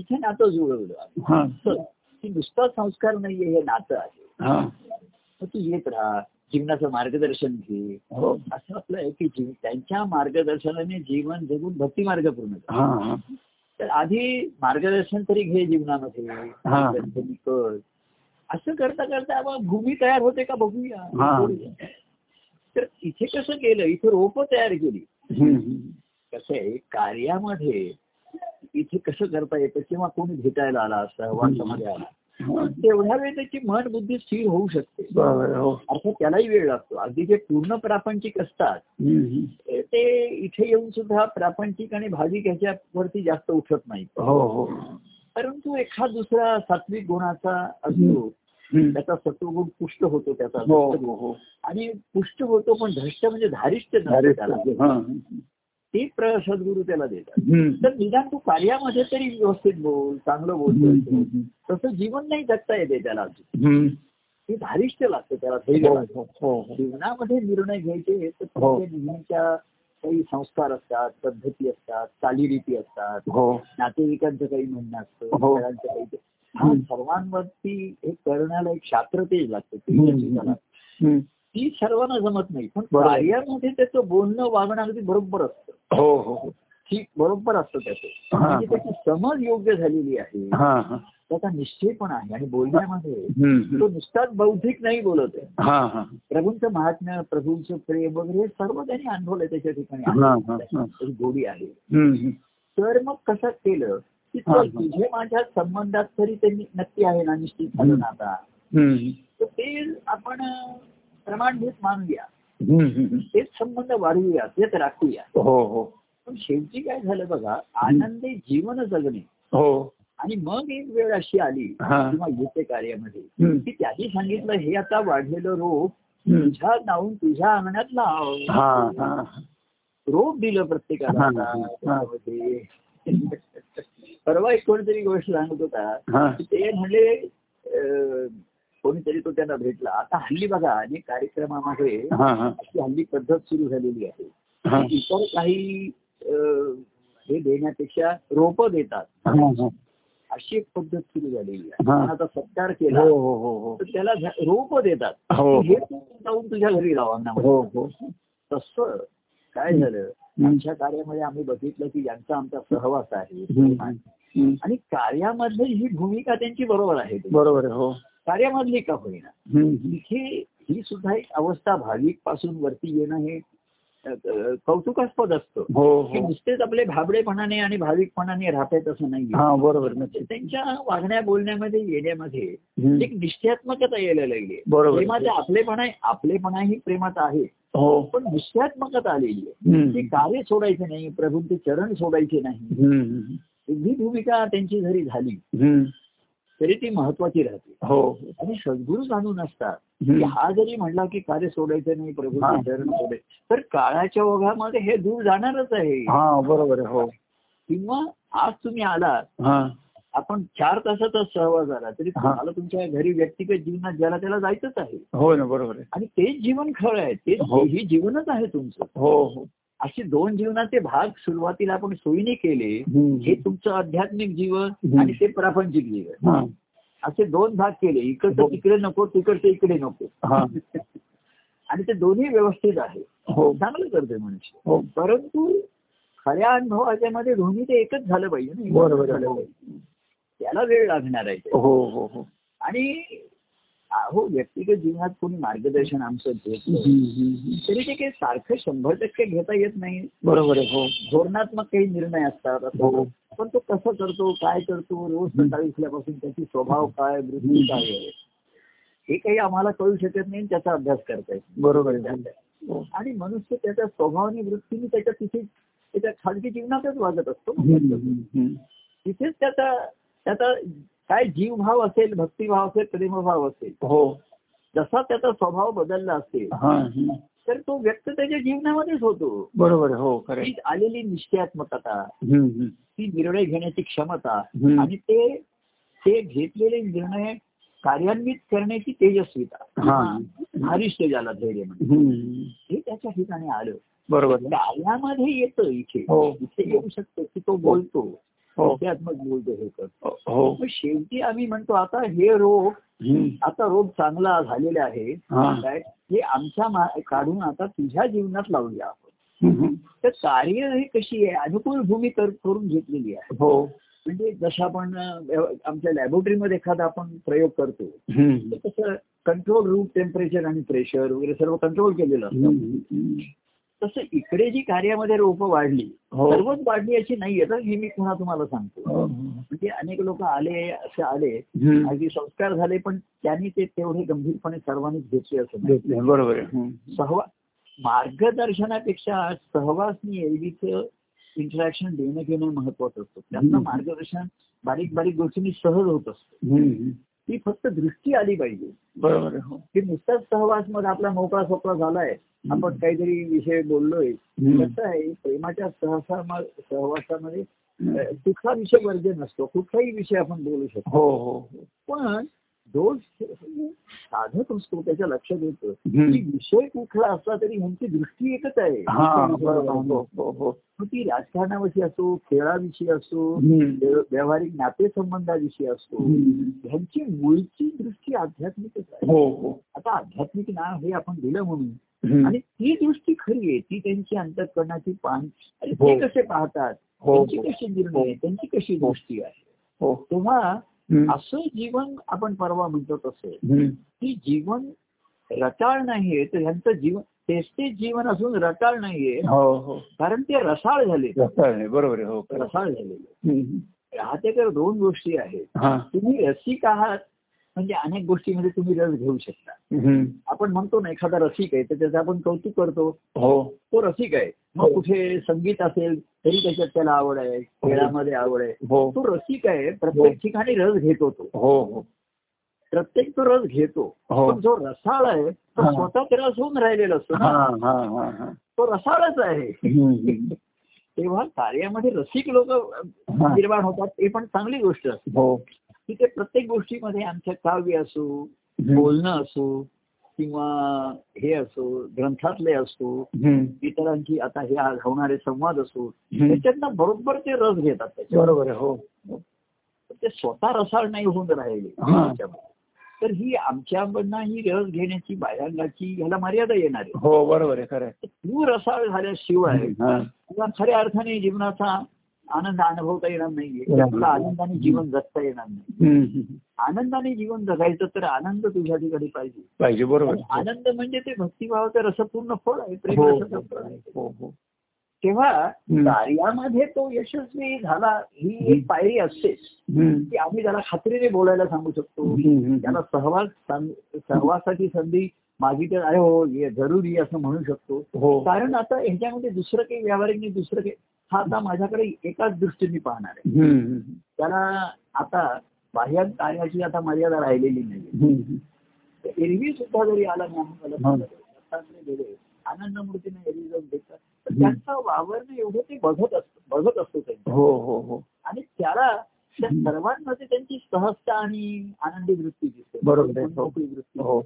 [SPEAKER 1] इथे नातं जुळवलं आम्ही.
[SPEAKER 2] हा
[SPEAKER 1] तर की नुसता संस्कार नाहीये हे नातं आहे
[SPEAKER 2] हा
[SPEAKER 1] तर तू येत राहा जीवनाचं मार्गदर्शन घे
[SPEAKER 2] हो
[SPEAKER 1] असं आपलं आहे की जीव- त्यांच्या मार्गदर्शनाने जीवन जगून भक्ती मार्ग पूर्ण कर.
[SPEAKER 2] हा हा
[SPEAKER 1] तर आधी मार्गदर्शन तरी घे जीवनामध्ये मार्गदर्शन कर असं करता करता आपण भूमी तयार होते का बघूया
[SPEAKER 2] हा.
[SPEAKER 1] बघूया. तर इथे कसं केलं इथे रोप तयार केली
[SPEAKER 2] हम्म, हम्म.
[SPEAKER 1] कसं आहे कार्यामध्ये इथे कसं करता येतं किंवा कोणी भेटायला आला सहवासामध्ये आला
[SPEAKER 2] हा.
[SPEAKER 1] तेवढ्या वेळ त्याची मन बुद्धी स्थिर होऊ शकते
[SPEAKER 2] बरोबर हो
[SPEAKER 1] अर्थात त्यालाही वेळ लागतो अगदी जे पूर्ण प्रापंचिक असतात
[SPEAKER 2] हम्म, हम्म.
[SPEAKER 1] ते इथे येऊन सुद्धा प्रापंचिक आणि भाविक ह्याच्यावरती जास्त उठत नाही
[SPEAKER 2] हो हो
[SPEAKER 1] परंतु एखाद दुसरा सात्विक गुणाचा असतो
[SPEAKER 2] हम्म.
[SPEAKER 1] त्याचा सत्वगुण पुष्ट होतो त्याचा
[SPEAKER 2] हो
[SPEAKER 1] सत्वगुण.
[SPEAKER 2] हो हो
[SPEAKER 1] आणि पुष्ट होतो पण धष्ट म्हणजे धारिष्ट नसतं
[SPEAKER 2] अरे
[SPEAKER 1] त्याला
[SPEAKER 2] हा
[SPEAKER 1] ते प्र सद्गुरू त्याला देतात
[SPEAKER 2] हम्म.
[SPEAKER 1] तर निदान तू कार्यामध्ये तरी व्यवस्थित बोल चांगलं बोलतोय तो.
[SPEAKER 2] हम्म.
[SPEAKER 1] तसं जीवन नाही जगता येते त्याला अजून.
[SPEAKER 2] हम्म.
[SPEAKER 1] ते धारिष्ट लागतं त्याला धैर्य
[SPEAKER 2] हो,
[SPEAKER 1] लागतं
[SPEAKER 2] हो, हो, हो.
[SPEAKER 1] जीवनामध्ये निर्णय घ्यायचे तर
[SPEAKER 2] हो.
[SPEAKER 1] तुमच्या नेहमीच्या काही संस्कार असतात पद्धती असतात चालीरीती असतात
[SPEAKER 2] हो.
[SPEAKER 1] नातेवाईकांचं काही म्हणणं
[SPEAKER 2] हो.
[SPEAKER 1] असतं घरांचं काही ते- हा
[SPEAKER 2] हम्म.
[SPEAKER 1] सर्वांवरती हे करण्याला एक शास्त्र तेज लागतं ते
[SPEAKER 2] हम्म.
[SPEAKER 1] त्याला.
[SPEAKER 2] हम्म.
[SPEAKER 1] ती सर्वांना जमत नाही पण
[SPEAKER 2] बरोबर.
[SPEAKER 1] कार्यामध्ये त्याचं बोलणं वागणं अगदी बरोबर असतं
[SPEAKER 2] हो हो हो.
[SPEAKER 1] ठीक बरोबर असतं त्याचं
[SPEAKER 2] हा.
[SPEAKER 1] म्हणजे त्याची समज योग्य झालेली आहे
[SPEAKER 2] हा हा
[SPEAKER 1] त्याचा निश्चय पण आहे आणि बोलण्यामध्ये
[SPEAKER 2] हम्म.
[SPEAKER 1] तो नुसताच बौद्धिक नाही बोलत आहे
[SPEAKER 2] हा हा
[SPEAKER 1] प्रभूंचं महात्म्य प्रभूंचं प्रेम वगैरे हे सर्व त्यांनी अनुभवलंय त्याच्या
[SPEAKER 2] हा, हा, हा.
[SPEAKER 1] ठिकाणी त्याची गोडी आहे
[SPEAKER 2] हम्म.
[SPEAKER 1] तर मग कसं केलं की
[SPEAKER 2] हा,
[SPEAKER 1] तो
[SPEAKER 2] हा.
[SPEAKER 1] तुझे माझ्या संबंधात तरी त्यांनी नक्की आहे ना निश्चित
[SPEAKER 2] हम्म.
[SPEAKER 1] झालं ना आता
[SPEAKER 2] हम्म.
[SPEAKER 1] तर ते आपण अं, प्रमाणभूत मानूया
[SPEAKER 2] हम्म. हम्म.
[SPEAKER 1] तेच संबंध वाढवूया तेच राखूया
[SPEAKER 2] हो हो
[SPEAKER 1] पण शेवटी काय झालं बघा आनंदी जीवन जगणे
[SPEAKER 2] हो
[SPEAKER 1] आणि मग एक वेळ अशी आली
[SPEAKER 2] हा.
[SPEAKER 1] किंवा येते कार्यामध्ये
[SPEAKER 2] हम्म.
[SPEAKER 1] की त्यांनी सांगितलं हे आता वाढलेलं रोप
[SPEAKER 2] हम्म.
[SPEAKER 1] तुझ्या नावून तुझ्या अंगणात
[SPEAKER 2] हा
[SPEAKER 1] लाव
[SPEAKER 2] हा
[SPEAKER 1] रोप दिलं प्रत्येकाला
[SPEAKER 2] हा,
[SPEAKER 1] आता
[SPEAKER 2] हा, हा.
[SPEAKER 1] त्यामध्ये. परवा एक कोणतरी गोष्ट सांगत होता
[SPEAKER 2] हा
[SPEAKER 1] की ते म्हणले अं, कोणीतरी तो त्यांना भेटला आता हल्ली बघा अनेक कार्यक्रमामध्ये
[SPEAKER 2] हा हा
[SPEAKER 1] अशी हल्ली पद्धत सुरू झालेली आहे
[SPEAKER 2] हा
[SPEAKER 1] की इतर काही अं, हे देण्यापेक्षा रोप देतात
[SPEAKER 2] हा, हा.
[SPEAKER 1] अशी एक पद्धत सुरू झालेली आहे
[SPEAKER 2] हा.
[SPEAKER 1] कोणाचा सत्कार केला
[SPEAKER 2] हो हो हो हो
[SPEAKER 1] तर त्याला झा- रोप देतात
[SPEAKER 2] हो
[SPEAKER 1] हे तू जाऊन तुझ्या घरी लाव अंगणामध्ये
[SPEAKER 2] हो हो
[SPEAKER 1] तसं काय झालं आमच्या कार्यामध्ये आम्ही बघितलं की यांचा आमचा सहवास आहे
[SPEAKER 2] हम्म. हम्म.
[SPEAKER 1] आणि कार्यामधली ही भूमिका त्यांची बरोबर आहे
[SPEAKER 2] बरोबर आहे, हो
[SPEAKER 1] कार्यामधली का होईना
[SPEAKER 2] हम्म. हम्म.
[SPEAKER 1] इथे ही सुद्धा एक अवस्था भाविक पासून वरती येणं हे अ, अ, कौतुकास्पद असतं
[SPEAKER 2] हो
[SPEAKER 1] की
[SPEAKER 2] हो
[SPEAKER 1] नुसतेच आपले भाबडेपणाने आणि भाविकपणाने राहतायत असं नाही
[SPEAKER 2] हा बरोबर नक्की
[SPEAKER 1] त्यांच्या वागण्या बोलण्यामध्ये येण्यामध्ये
[SPEAKER 2] हम्म.
[SPEAKER 1] एक निश्चयात्मकता यायला लागली आहे.
[SPEAKER 2] बरोबर.
[SPEAKER 1] प्रेमाचा आपलेपणा आहे आपलेपणा ही प्रेमात आहे
[SPEAKER 2] हो
[SPEAKER 1] पण निश्चयात्मकता आलेली आहे ते
[SPEAKER 2] हम्म.
[SPEAKER 1] कार्य सोडायचे नाही प्रभूंचे चरण सोडायचे नाही
[SPEAKER 2] हम्म.
[SPEAKER 1] ही भूमिका त्यांची जरी झाली
[SPEAKER 2] हम्म.
[SPEAKER 1] तरी ती महत्वाची राहते
[SPEAKER 2] हो
[SPEAKER 1] आणि सद्गुरू जाणून असतात की
[SPEAKER 2] हम्म.
[SPEAKER 1] हा जरी म्हणला की कार्य सोडायचं नाही
[SPEAKER 2] हा.
[SPEAKER 1] प्रभूंचे चरण सोडायचे तर काळाच्या ओघामध्ये हे दूर जाणारच आहे
[SPEAKER 2] हा बरोबर आहे, हो
[SPEAKER 1] किंवा आज तुम्ही आलात
[SPEAKER 2] हा
[SPEAKER 1] आपण चार तासाचा सहवास झाला तरी
[SPEAKER 2] हा.
[SPEAKER 1] तुम्हाला तुमच्या घरी व्यक्तिगत जीवनात ज्याला त्याला जायचंच आहे
[SPEAKER 2] हो ना बरोबर आहे
[SPEAKER 1] आणि तेच जीवन खरं आहे तेच
[SPEAKER 2] हो.
[SPEAKER 1] ही जीवनच आहे तुमचं
[SPEAKER 2] हो हो
[SPEAKER 1] असे दोन जीवनाचे भाग सुरुवातीला आपण सोयीने केले हे
[SPEAKER 2] हम्म.
[SPEAKER 1] तुमचं आध्यात्मिक जीवन
[SPEAKER 2] हम्म.
[SPEAKER 1] आणि ते प्रापंचिक जीवन
[SPEAKER 2] हा
[SPEAKER 1] असे दोन भाग केले
[SPEAKER 2] हो.
[SPEAKER 1] इकडचं तिकडे नको तिकडचं इकडे नको
[SPEAKER 2] हा
[SPEAKER 1] आणि ते दोन्ही व्यवस्थित आहे
[SPEAKER 2] हो
[SPEAKER 1] चांगलं करतोय मनुष्य
[SPEAKER 2] हो
[SPEAKER 1] परंतु खऱ्या अनुभवाच्यामध्ये दोन्ही ते एकच झालं पाहिजे ना एकच
[SPEAKER 2] बरोबर आहे,
[SPEAKER 1] झालं
[SPEAKER 2] हो
[SPEAKER 1] पाहिजे. त्याला वेळ लागणार आहे ते.
[SPEAKER 2] हो हो हो
[SPEAKER 1] आणि हो व्यक्तिगत जीवनात कोणी मार्गदर्शन आमचं घेतलं
[SPEAKER 2] हम्म, हम्म.
[SPEAKER 1] तरी ते काही सारखं शंभर टक्के घेता येत नाही
[SPEAKER 2] बरोबर आहे हो
[SPEAKER 1] धोरणात्मक काही निर्णय असतात
[SPEAKER 2] हो.
[SPEAKER 1] असं पण तो कसं करतो काय करतो रोज सकाळी उठल्यापासून त्याची स्वभाव काय वृत्ती काय आहे हे काही आम्हाला कळू शकत नाही आणि त्याचा अभ्यास करता येत
[SPEAKER 2] बरोबर आहे
[SPEAKER 1] नाही.
[SPEAKER 2] हो.
[SPEAKER 1] आणि मनुष्य त्याच्या स्वभावाने वृत्तीने त्याच्या तिथे त्याच्या खाजगी जीवनातच वागत असतो
[SPEAKER 2] हम्म, हम्म, हम्म.
[SPEAKER 1] तिथेच त्याचा त्याचा काय जीवभाव असेल भक्तिभाव असेल प्रेमभाव असेल
[SPEAKER 2] हो
[SPEAKER 1] जसा त्याचा स्वभाव बदलला असेल
[SPEAKER 2] हा हम्म.
[SPEAKER 1] तर तो व्यक्त त्याच्या जीवनामध्येच होतो
[SPEAKER 2] बरोबर आहे, हो खरे
[SPEAKER 1] ही आलेली निश्चयात्मकता ती निर्णय घेण्याची क्षमता
[SPEAKER 2] हम्म.
[SPEAKER 1] आणि ते ते घेतलेले निर्णय कार्यान्वित करण्याची
[SPEAKER 2] हा.
[SPEAKER 1] तेजस्विता भारिष्ट ज्याला धैर्य म्हणतात हे त्याच्या ठिकाणी आलं
[SPEAKER 2] बरोबर आहे.
[SPEAKER 1] कार्यामध्ये येतं इथे
[SPEAKER 2] हो.
[SPEAKER 1] इथे येऊ शकतो की तो बोलतो
[SPEAKER 2] हो
[SPEAKER 1] निश्चयात्मक बोलतो हे करतो
[SPEAKER 2] हो
[SPEAKER 1] मग शेवटी आम्ही म्हणतो आता हे रोग
[SPEAKER 2] हम्म.
[SPEAKER 1] आता रोग चांगला झालेला आहे
[SPEAKER 2] हा.
[SPEAKER 1] काय? हे आमच्या मा- काढून आता तुझ्या जीवनात लावूया आपण
[SPEAKER 2] हम्म.
[SPEAKER 1] तर कार्य हे कशी आहे अनुकूल भूमी कर- करून घेतलेली आहे
[SPEAKER 2] हो
[SPEAKER 1] म्हणजे जसं आपण अ, व्यव- आमच्या लॅबोरेटरीमध्ये एखादा आपण प्रयोग करतो तर
[SPEAKER 2] हम्म.
[SPEAKER 1] तसं कंट्रोल रूम टेम्परेचर आणि प्रेशर वगैरे सर्व कंट्रोल केलेलं असतं
[SPEAKER 2] हम्म.
[SPEAKER 1] तसं इकडे जी कार्यामध्ये रोपं वाढली
[SPEAKER 2] हो.
[SPEAKER 1] सर्वच वाढली अशी नाही तर हे मी पुन्हा तुम्हाला सांगतो
[SPEAKER 2] हो.
[SPEAKER 1] म्हणजे अनेक लोक आले असे आले
[SPEAKER 2] हम्म.
[SPEAKER 1] अगदी संस्कार झाले पण त्यांनी ते तेवढे गंभीरपणे सर्वांनीच घेतले असं नाही.
[SPEAKER 2] घेतलं आहे, बरोबर आहे हम्म.
[SPEAKER 1] सहवा मार्गदर्शनापेक्षा सहवासनी एरवीचं इंटरॅक्शन देणं घेणं महत्वाचं असतं त्यांना
[SPEAKER 2] हम्म.
[SPEAKER 1] मार्गदर्शन बारीक बारीक गोष्टींनी सहज होत असतं
[SPEAKER 2] हम्म.
[SPEAKER 1] ती फक्त दृष्टी आली पाहिजे
[SPEAKER 2] बरोबर आहे, हो
[SPEAKER 1] की नुसताच सहवास मग आपला मोकळा सोकळा झालाय आपण काहीतरी विषय बोललोय
[SPEAKER 2] हम्म.
[SPEAKER 1] कसं आहे प्रेमाच्या सहसा सहवासामध्ये अ, कुठला विषय वर्जन असतो कुठलाही विषय आपण बोलू शकतो
[SPEAKER 2] हो हो हो.
[SPEAKER 1] पण जो साधक असतो त्याच्या लक्षात येतं
[SPEAKER 2] हम्म.
[SPEAKER 1] की विषय कुठला असला तरी ह्यांची दृष्टी एकच आहे
[SPEAKER 2] हा
[SPEAKER 1] विषयाविषयी
[SPEAKER 2] बरोबर
[SPEAKER 1] असो.
[SPEAKER 2] हो हो हो
[SPEAKER 1] मग ती राजकारणाविषयी असो खेळाविषयी असो
[SPEAKER 2] हम्म.
[SPEAKER 1] व्य- व्यावहारिक नातेसंबंधाविषयी असो
[SPEAKER 2] हम्म.
[SPEAKER 1] ह्यांची मूळची दृष्टी आध्यात्मिकच आहे
[SPEAKER 2] हो हो
[SPEAKER 1] आता आध्यात्मिक नाव हे आपण दिलं म्हणून
[SPEAKER 2] हम्म.
[SPEAKER 1] आणि ती दृष्टी खरी आहे ती त्यांची अंतकरणाची पान आणि
[SPEAKER 2] हो.
[SPEAKER 1] ते कसे पाहतात
[SPEAKER 2] हो
[SPEAKER 1] त्यांची
[SPEAKER 2] हो
[SPEAKER 1] कशी निर्णय आहे, त्यांची कशी दृष्टी आहे
[SPEAKER 2] हो
[SPEAKER 1] तेव्हा
[SPEAKER 2] हम्म.
[SPEAKER 1] असं जीवन आपण परवा म्हणतो तसं
[SPEAKER 2] हम्म.
[SPEAKER 1] की जीवन रटाळ नाहीये तर ह्यांचं जीवन तेच तेच जीवन असून रटाळ नाहीये
[SPEAKER 2] हो हो
[SPEAKER 1] कारण ते रसाळ झाले
[SPEAKER 2] रसाळ आहे, बरोबर आहे हो खरं.
[SPEAKER 1] रसाळ झालेले
[SPEAKER 2] हम्म.
[SPEAKER 1] राहतेकर दोन गोष्टी आहेत
[SPEAKER 2] हा
[SPEAKER 1] तुम्ही रसिक आहात म्हणजे अनेक गोष्टीमध्ये तुम्ही रस घेऊ शकता
[SPEAKER 2] हम्म.
[SPEAKER 1] आपण म्हणतो ना एखादा रसिक आहे तर त्याचं आपण कौतुक करतो
[SPEAKER 2] हो
[SPEAKER 1] तो रसिक आहे
[SPEAKER 2] हो.
[SPEAKER 1] मग कुठे संगीत असेल तरी त्याच्यात त्याला आवड आहे खेळामध्ये आवड आहे
[SPEAKER 2] हो
[SPEAKER 1] तो रसिक आहे प्रत्येक ठिकाणी रस घेतो तो
[SPEAKER 2] हो हो
[SPEAKER 1] प्रत्येक तो रस घेतो
[SPEAKER 2] हो.
[SPEAKER 1] पण जो रसाळ आहे
[SPEAKER 2] हा.
[SPEAKER 1] तो स्वतः ते रस होऊन राहिलेला असतो
[SPEAKER 2] हा
[SPEAKER 1] ना
[SPEAKER 2] हा हा हा
[SPEAKER 1] तो रसाळच आहे
[SPEAKER 2] हम्म.
[SPEAKER 1] तेव्हा कार्यामध्ये रसिक लोक
[SPEAKER 2] हा.
[SPEAKER 1] निर्माण होतात ते पण चांगली गोष्ट असते
[SPEAKER 2] हो
[SPEAKER 1] की ते प्रत्येक गोष्टीमध्ये आमच्या काव्य असो
[SPEAKER 2] हम्म.
[SPEAKER 1] बोलणं असो किंवा हे असो ग्रंथातले असो
[SPEAKER 2] हम्म.
[SPEAKER 1] इतरांची आता हे आज होणारे संवाद असो
[SPEAKER 2] हम्म.
[SPEAKER 1] त्याच्यातनं बरोबर ते रस घेतात त्याच्यावर
[SPEAKER 2] बरोबर आहे हो
[SPEAKER 1] ते स्वतः रसाळ नाही होऊन राहिले
[SPEAKER 2] हा.
[SPEAKER 1] त्याच्यामध्ये. तर ही आमच्याकडनं ही रस घेण्याची बाहेरची ह्याला मर्यादा येणार आहे
[SPEAKER 2] हो बरोबर आहे खरं आहे.
[SPEAKER 1] तर तू रसाळ झाल्याशिवाय
[SPEAKER 2] हा.
[SPEAKER 1] तुला खऱ्या अर्थाने जीवनाचा आनंद अनुभवता येणार नाहीये
[SPEAKER 2] येणार
[SPEAKER 1] तुला
[SPEAKER 2] नाही.
[SPEAKER 1] आनंदाने जीवन जगता येणार नाही
[SPEAKER 2] हम्म.
[SPEAKER 1] आनंदाने जीवन जगायचं तर आनंद तुझ्या ठिकाणी पाहिजे
[SPEAKER 2] पाहिजे बरोबर
[SPEAKER 1] आणि
[SPEAKER 2] आहे.
[SPEAKER 1] आनंद म्हणजे ते भक्तिभावाचं रसपूर्ण फळ आहे प्रेम
[SPEAKER 2] हो
[SPEAKER 1] रसाचं फळ आहे
[SPEAKER 2] हो हो
[SPEAKER 1] तेव्हा कार्यामध्ये तो यशस्वी झाला ही एक पायरी असते
[SPEAKER 2] हम्म. हो.
[SPEAKER 1] की आम्ही त्याला खात्रीने बोलायला सांगू शकतो
[SPEAKER 2] हम्म.
[SPEAKER 1] त्याला सहवास सांग- सहवासाची संधी मागितली अरे हो ये जरुरी असं म्हणू शकतो
[SPEAKER 2] हो
[SPEAKER 1] कारण आता यांच्यामध्ये दुसरं काही व्यावहारिक नाही दुसरं काही हा आता माझ्याकडे एकाच दृष्टीने पाहणार आहे
[SPEAKER 2] हम्म.
[SPEAKER 1] त्याला आता बाह्य कार्याची आता मर्यादा राहिलेली नाही
[SPEAKER 2] हम्म.
[SPEAKER 1] एरवी सुद्धा जरी आला ज्ञानवाला
[SPEAKER 2] हा.
[SPEAKER 1] संत दत्तात्रय गेले, आनंदमूर्तीने एरवी जाऊन भेटतात तर
[SPEAKER 2] हम्म.
[SPEAKER 1] त्यांचा वावरणं एवढं ते बघत असत बघत असतो त्यांनी
[SPEAKER 2] हो हो हो
[SPEAKER 1] आणि त्याला त्या
[SPEAKER 2] हम्म.
[SPEAKER 1] सर्वांमध्ये त्यांची सहजता आणि आनंदी वृत्ती दिसते
[SPEAKER 2] बरोबर आहे. हो.
[SPEAKER 1] मोकळी वृत्ती
[SPEAKER 2] हो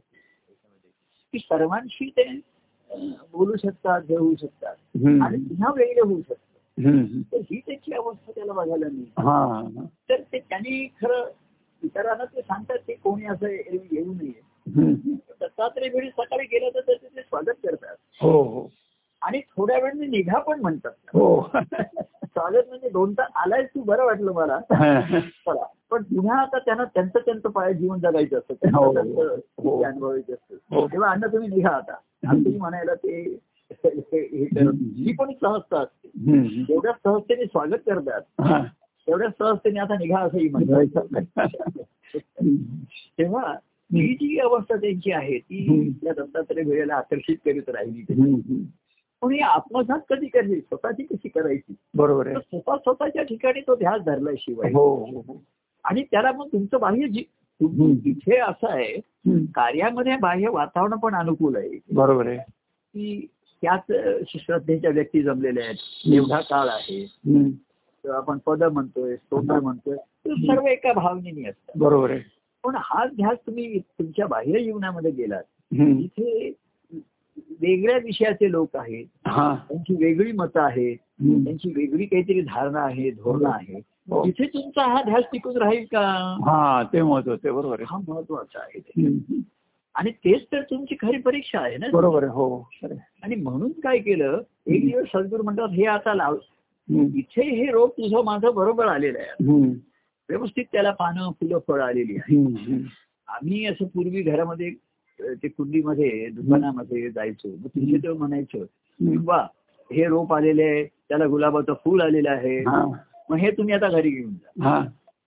[SPEAKER 1] की सर्वांशी ते अं, बोलू शकतात घेऊ शकतात आणि
[SPEAKER 2] हम्म.
[SPEAKER 1] पुन्हा वेगळे होऊ शकतात
[SPEAKER 2] हम्म.
[SPEAKER 1] तर ही त्याची अवस्था त्याला बघायला मिळते
[SPEAKER 2] हा हा.
[SPEAKER 1] तर ते त्यांनी खरं इतरांना ते सांगतात ते कोणी असं एरवी येऊ नये
[SPEAKER 2] हम्म.
[SPEAKER 1] दत्तात्रय वेळी सकाळी गेलं तर त्याचे ते स्वागत करतात
[SPEAKER 2] हो हो
[SPEAKER 1] आणि थोड्या वेळाने निघा पण म्हणतात <laughs>
[SPEAKER 2] हो <laughs>
[SPEAKER 1] स्वागत म्हणजे दोन तास आलाय तू बरं वाटलं मला चला पण पुन्हा आता त्यांना त्यांचं त्यांचं पाय जीवन जगायचं असतं
[SPEAKER 2] हो.
[SPEAKER 1] त्यांचं त्यांचं
[SPEAKER 2] हो.
[SPEAKER 1] स्थिती अनुभवायची
[SPEAKER 2] हो.
[SPEAKER 1] असते तेव्हा अन्न तुम्ही निघा आता आणि तुम्ही म्हणायला ते हे- हे- हे करत. ही पण सहजता असते
[SPEAKER 2] हम्म.
[SPEAKER 1] जेवढ्या सहजतेने स्वागत करतात
[SPEAKER 2] हा.
[SPEAKER 1] तेवढ्या सहजतेने आता निघा असंही म्हणतात तेव्हा ही जी अवस्था त्यांची आहे ती
[SPEAKER 2] हम्म.
[SPEAKER 1] त्या दत्तात्रय वेळेला आकर्षित करीत राहिली
[SPEAKER 2] हम्म.
[SPEAKER 1] पण ही आत्मसात कधी करायची स्वतःची कशी करायची
[SPEAKER 2] बरोबर
[SPEAKER 1] तर
[SPEAKER 2] आहे
[SPEAKER 1] स्वतः स्वतःच्या ठिकाणी तो ध्यास धरल्याशिवाय
[SPEAKER 2] हो हो हो.
[SPEAKER 1] आणि त्याला मग तुमचं बाह्य जी
[SPEAKER 2] हम्म.
[SPEAKER 1] इथे असं आहे
[SPEAKER 2] हम्म.
[SPEAKER 1] कार्यामध्ये बाह्य वातावरण पण अनुकूल आहे
[SPEAKER 2] बरोबर आहे
[SPEAKER 1] व्यक्ती त्याच श्रद्धेच्या व्यक्ती जमलेल्या आहेत एवढा काळ आहे
[SPEAKER 2] हम्म.
[SPEAKER 1] तर आपण पद म्हणतोय स्तोत्र म्हणतोय ते सर्व एका भावनेने असतात
[SPEAKER 2] बरोबर आहे
[SPEAKER 1] पण हाच ध्यास तुम्ही तुमच्या बाह्य जीवनामध्ये गेलात
[SPEAKER 2] हम्म.
[SPEAKER 1] इथे वेगळ्या विषयाचे लोक आहेत
[SPEAKER 2] हा
[SPEAKER 1] त्यांची वेगळी मतं आहेत
[SPEAKER 2] हम्म.
[SPEAKER 1] त्यांची वेगळी काहीतरी धारणा आहे धोरणं आहे
[SPEAKER 2] हो.
[SPEAKER 1] तिथे तुमचा हा ध्यास टिकून राहील का
[SPEAKER 2] हा ते महत्वाचं आहे बरोबर आहे
[SPEAKER 1] हा महत्वाचा आहे ते.
[SPEAKER 2] हम्म.
[SPEAKER 1] आणि तेच तर तुमची खरी परीक्षा आहे ना
[SPEAKER 2] बरोबर आहे हो खरं आहे.
[SPEAKER 1] आणि म्हणून काय केलं एक दिवस सद्गुरू म्हणतात हे आता लाव
[SPEAKER 2] हम्म.
[SPEAKER 1] इथे हे रोप तुझं माझं बरोबर आलेलं आहे
[SPEAKER 2] हम्म.
[SPEAKER 1] व्यवस्थित त्याला पानं फुलं फळ आलेली आहे
[SPEAKER 2] हम्म. हम्म.
[SPEAKER 1] आम्ही असं पूर्वी घरामध्ये अ, ते कुंडीमध्ये दुकानामध्ये जायचो मग तिथे तेव्हा म्हणायचं
[SPEAKER 2] हम्म.
[SPEAKER 1] वा हे रोप आलेले आहे त्याला गुलाबाचं फुल आलेलं आहे
[SPEAKER 2] हा
[SPEAKER 1] मग हे तुम्ही आता घरी घेऊन जा
[SPEAKER 2] हा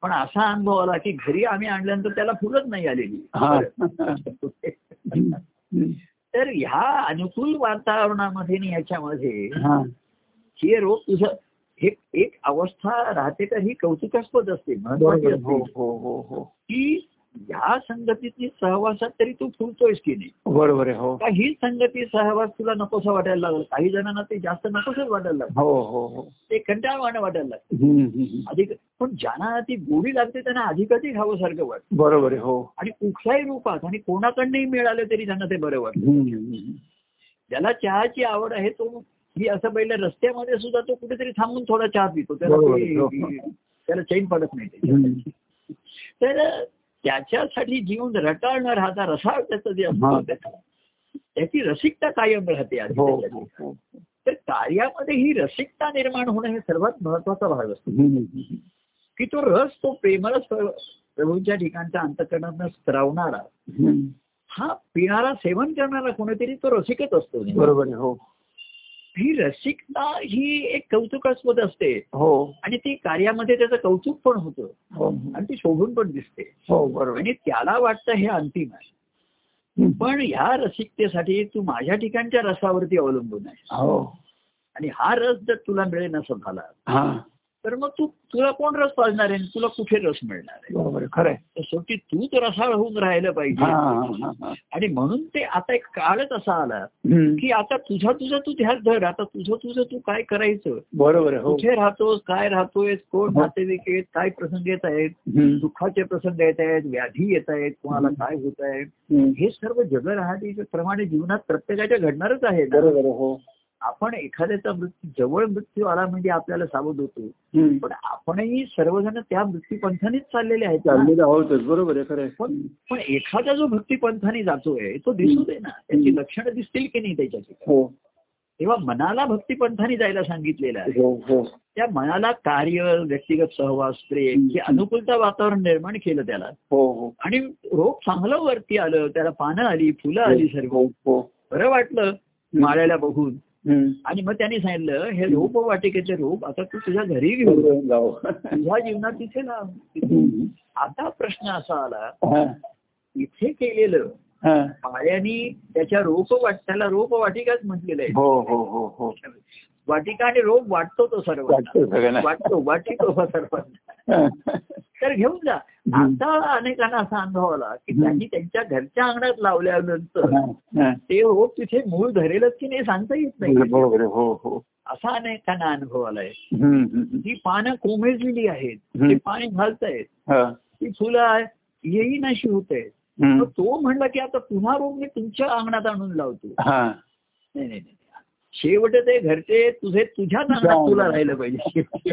[SPEAKER 1] पण असा अनुभव आला की घरी आम्ही आणल्यानंतर त्याला फुलच नाही आलेली
[SPEAKER 2] हा.
[SPEAKER 1] बरं.
[SPEAKER 2] हम्म. हम्म.
[SPEAKER 1] तर ह्या अनुकूल वातावरणामध्ये आणि ह्याच्यामध्ये
[SPEAKER 2] हा
[SPEAKER 1] हे रोप तुझं हे एक अवस्था राहते तर ही कौतुकास्पद असते महत्वाची
[SPEAKER 2] बरोबर हो
[SPEAKER 1] असते
[SPEAKER 2] हो हो हो
[SPEAKER 1] की ह्या संगतीतली सहवासात तरी तू फुलतोयस की नाही
[SPEAKER 2] बरोबर आहे हो
[SPEAKER 1] का ही संगती सहवास तुला नकोसा वाटायला लागला काही जणांना ते जास्त नकोसच वाटायला लागलं
[SPEAKER 2] हो हो हो
[SPEAKER 1] ते कंटाळवाणं वाटायला लागलं
[SPEAKER 2] हम्म. हम्म.
[SPEAKER 1] अधिक पण ज्यांना ती गोडी लागते त्यांना अधिकाधिक हवंसारखं वाटतं
[SPEAKER 2] बरोबर आहे हो
[SPEAKER 1] आणि कुठल्याही रूपात आणि कोणाकडनंही मिळालं तरी त्यांना ते बरं वाटतं
[SPEAKER 2] हम्म.
[SPEAKER 1] ज्याला चहाची आवड आहे तो ही असं पहिलं रस्त्यामध्ये सुद्धा तो कुठेतरी थांबून थोडा चहा पितो त्याला
[SPEAKER 2] बरोबर. हो.
[SPEAKER 1] ते- त्याला चैन पडत नाही ते.
[SPEAKER 2] हम्म.
[SPEAKER 1] तर त्याच्यासाठी जीवन रटाळ न राहता रसाळ त्याचं जे असतं
[SPEAKER 2] हा.
[SPEAKER 1] त्याचं, त्याची रसिकता कायम राहते आधी
[SPEAKER 2] हो
[SPEAKER 1] त्याच्यात.
[SPEAKER 2] हो हो
[SPEAKER 1] तर कार्यामध्ये ही रसिकता निर्माण होणं हे सर्वात महत्वाचा भाग असतो
[SPEAKER 2] हम्म.
[SPEAKER 1] की तो रस तो प्रेमरस प्र- प्रभूंच्या ठिकाणच्या अंतकरणात स्त्रावणारा
[SPEAKER 2] हम्म.
[SPEAKER 1] हा पिणारा सेवन करणारा कोणीतरी तो रसिकच असतो
[SPEAKER 2] बरोबर आहे हो
[SPEAKER 1] ही रसिकता ही एक कौतुकास्पद असते
[SPEAKER 2] हो
[SPEAKER 1] आणि ती कार्यामध्ये त्याचं कौतुक पण होतं
[SPEAKER 2] हो
[SPEAKER 1] आणि ती शोभून पण दिसते
[SPEAKER 2] हो बरोबर
[SPEAKER 1] आणि त्याला वाटतं हे अंतिम आहे
[SPEAKER 2] हम्म.
[SPEAKER 1] पण ह्या रसिकतेसाठी तू माझ्या ठिकाणच्या रसावरती अवलंबून आहे
[SPEAKER 2] हो
[SPEAKER 1] आणि हा रस जर तुला मिळेल असं झाला
[SPEAKER 2] हा
[SPEAKER 1] तर मग तू तुला कोण रस पाजणार आहे आणि तुला कुठे रस मिळणार आहे
[SPEAKER 2] बरोबर आहे खरं आहे
[SPEAKER 1] तर शेवटी तूच रसाळ होऊन राहिलं
[SPEAKER 2] हा
[SPEAKER 1] पाहिजे
[SPEAKER 2] हा, हा, हा.
[SPEAKER 1] आणि म्हणून ते आता एक काळच असा आला
[SPEAKER 2] हम्म.
[SPEAKER 1] की आता तुझा तुझा तू ध्यास धर आता तुझं तुझं तू काय करायचं
[SPEAKER 2] बरोबर आहे हो
[SPEAKER 1] कुठे राहतोस काय राहतोयस कोण
[SPEAKER 2] हो.
[SPEAKER 1] नातेवाईक आहेत काय प्रसंग येत आहेत
[SPEAKER 2] हम्म.
[SPEAKER 1] दुःखाचे प्रसंग येत आहेत व्याधी येत आहेत कोणाला
[SPEAKER 2] हम्म.
[SPEAKER 1] काय होत आहे
[SPEAKER 2] हम्म.
[SPEAKER 1] हे सर्व जग राहतीच्या प्रमाणे जीवनात प्रत्येकाच्या घडणारच आहे ना.
[SPEAKER 2] बरोबर आहे हो
[SPEAKER 1] आपण एखाद्याचा मृत्यू जवळ मृत्यू आला म्हणजे आपल्याला सावध होतो
[SPEAKER 2] हम्म.
[SPEAKER 1] पण आपणही सर्वजण त्या मृत्यूपंथानेच चाललेले आहेत ना.
[SPEAKER 2] चाललेलं आहोतच बरोबर आहे खरं आहे
[SPEAKER 1] पण पण एखादा जो भक्तीपंथाने जातोय तो दिसू दे ना त्याची
[SPEAKER 2] हम्म.
[SPEAKER 1] लक्षणं दिसतील की नाही त्याच्या ठिकाणी?
[SPEAKER 2] हो
[SPEAKER 1] तेव्हा मनाला भक्तीपंथाने जायला सांगितलेलं आहे
[SPEAKER 2] हो हो
[SPEAKER 1] त्या मनाला कार्य व्यक्तिगत सहवास प्रेम
[SPEAKER 2] हम्म.
[SPEAKER 1] हे अनुकूलता वातावरण निर्माण केलं त्याला
[SPEAKER 2] हो हो
[SPEAKER 1] आणि रोप चांगलं वरती आलं त्याला पानं आली फुलं आली सर्व
[SPEAKER 2] हो हो
[SPEAKER 1] बरं वाटलं माळ्याला बघून
[SPEAKER 2] हम्म.
[SPEAKER 1] आणि मग त्यांनी सांगितलं हे रोप वाटिकेतले रोप आता तू तुझ्या घरी घेऊन
[SPEAKER 2] बरोबर आहे, जाऊ
[SPEAKER 1] तुझ्या जीवनात तिथे ना
[SPEAKER 2] हम्म.
[SPEAKER 1] आता प्रश्न असा आला
[SPEAKER 2] हा,
[SPEAKER 1] इथे केलेलं
[SPEAKER 2] हा.
[SPEAKER 1] पाळ्यानी त्याच्या रोप वाट त्याला रोप वाटिकाच म्हटलेलं आहे
[SPEAKER 2] हो हो हो हो
[SPEAKER 1] वाटिका आणि रोप वाटतो तो सर्व
[SPEAKER 2] वाटतं सगळ्यांना
[SPEAKER 1] वाटतो वाटितो हा सर्वांना तर घेऊन जा आता अनेकांना असा अनुभव आला की
[SPEAKER 2] हम्म.
[SPEAKER 1] त्यांनी त्यांच्या घरच्या अंगणात लावल्यानंतर
[SPEAKER 2] हा, हा.
[SPEAKER 1] ते रोप तिथे मूळ धरेलच की नाही सांगता येत नाही
[SPEAKER 2] बरोबर आहे, हो हो
[SPEAKER 1] असा अनेकांना अनुभव आलाय
[SPEAKER 2] हम्म, हम्म.
[SPEAKER 1] ती पानं कोमेजलेली आहेत
[SPEAKER 2] हम्म.
[SPEAKER 1] ते पाणी घालतायत
[SPEAKER 2] हा,
[SPEAKER 1] ती फुलं येईनाशी होत आहेत
[SPEAKER 2] हम्म.
[SPEAKER 1] मग तो म्हणला की आता पुन्हा रोप मी तुमच्या अंगणात आणून लावतो
[SPEAKER 2] हा.
[SPEAKER 1] नाही नाही नाही. शेवट ते घरचे तुझे तुझ्या अंगणात तुला राहिलं पाहिजे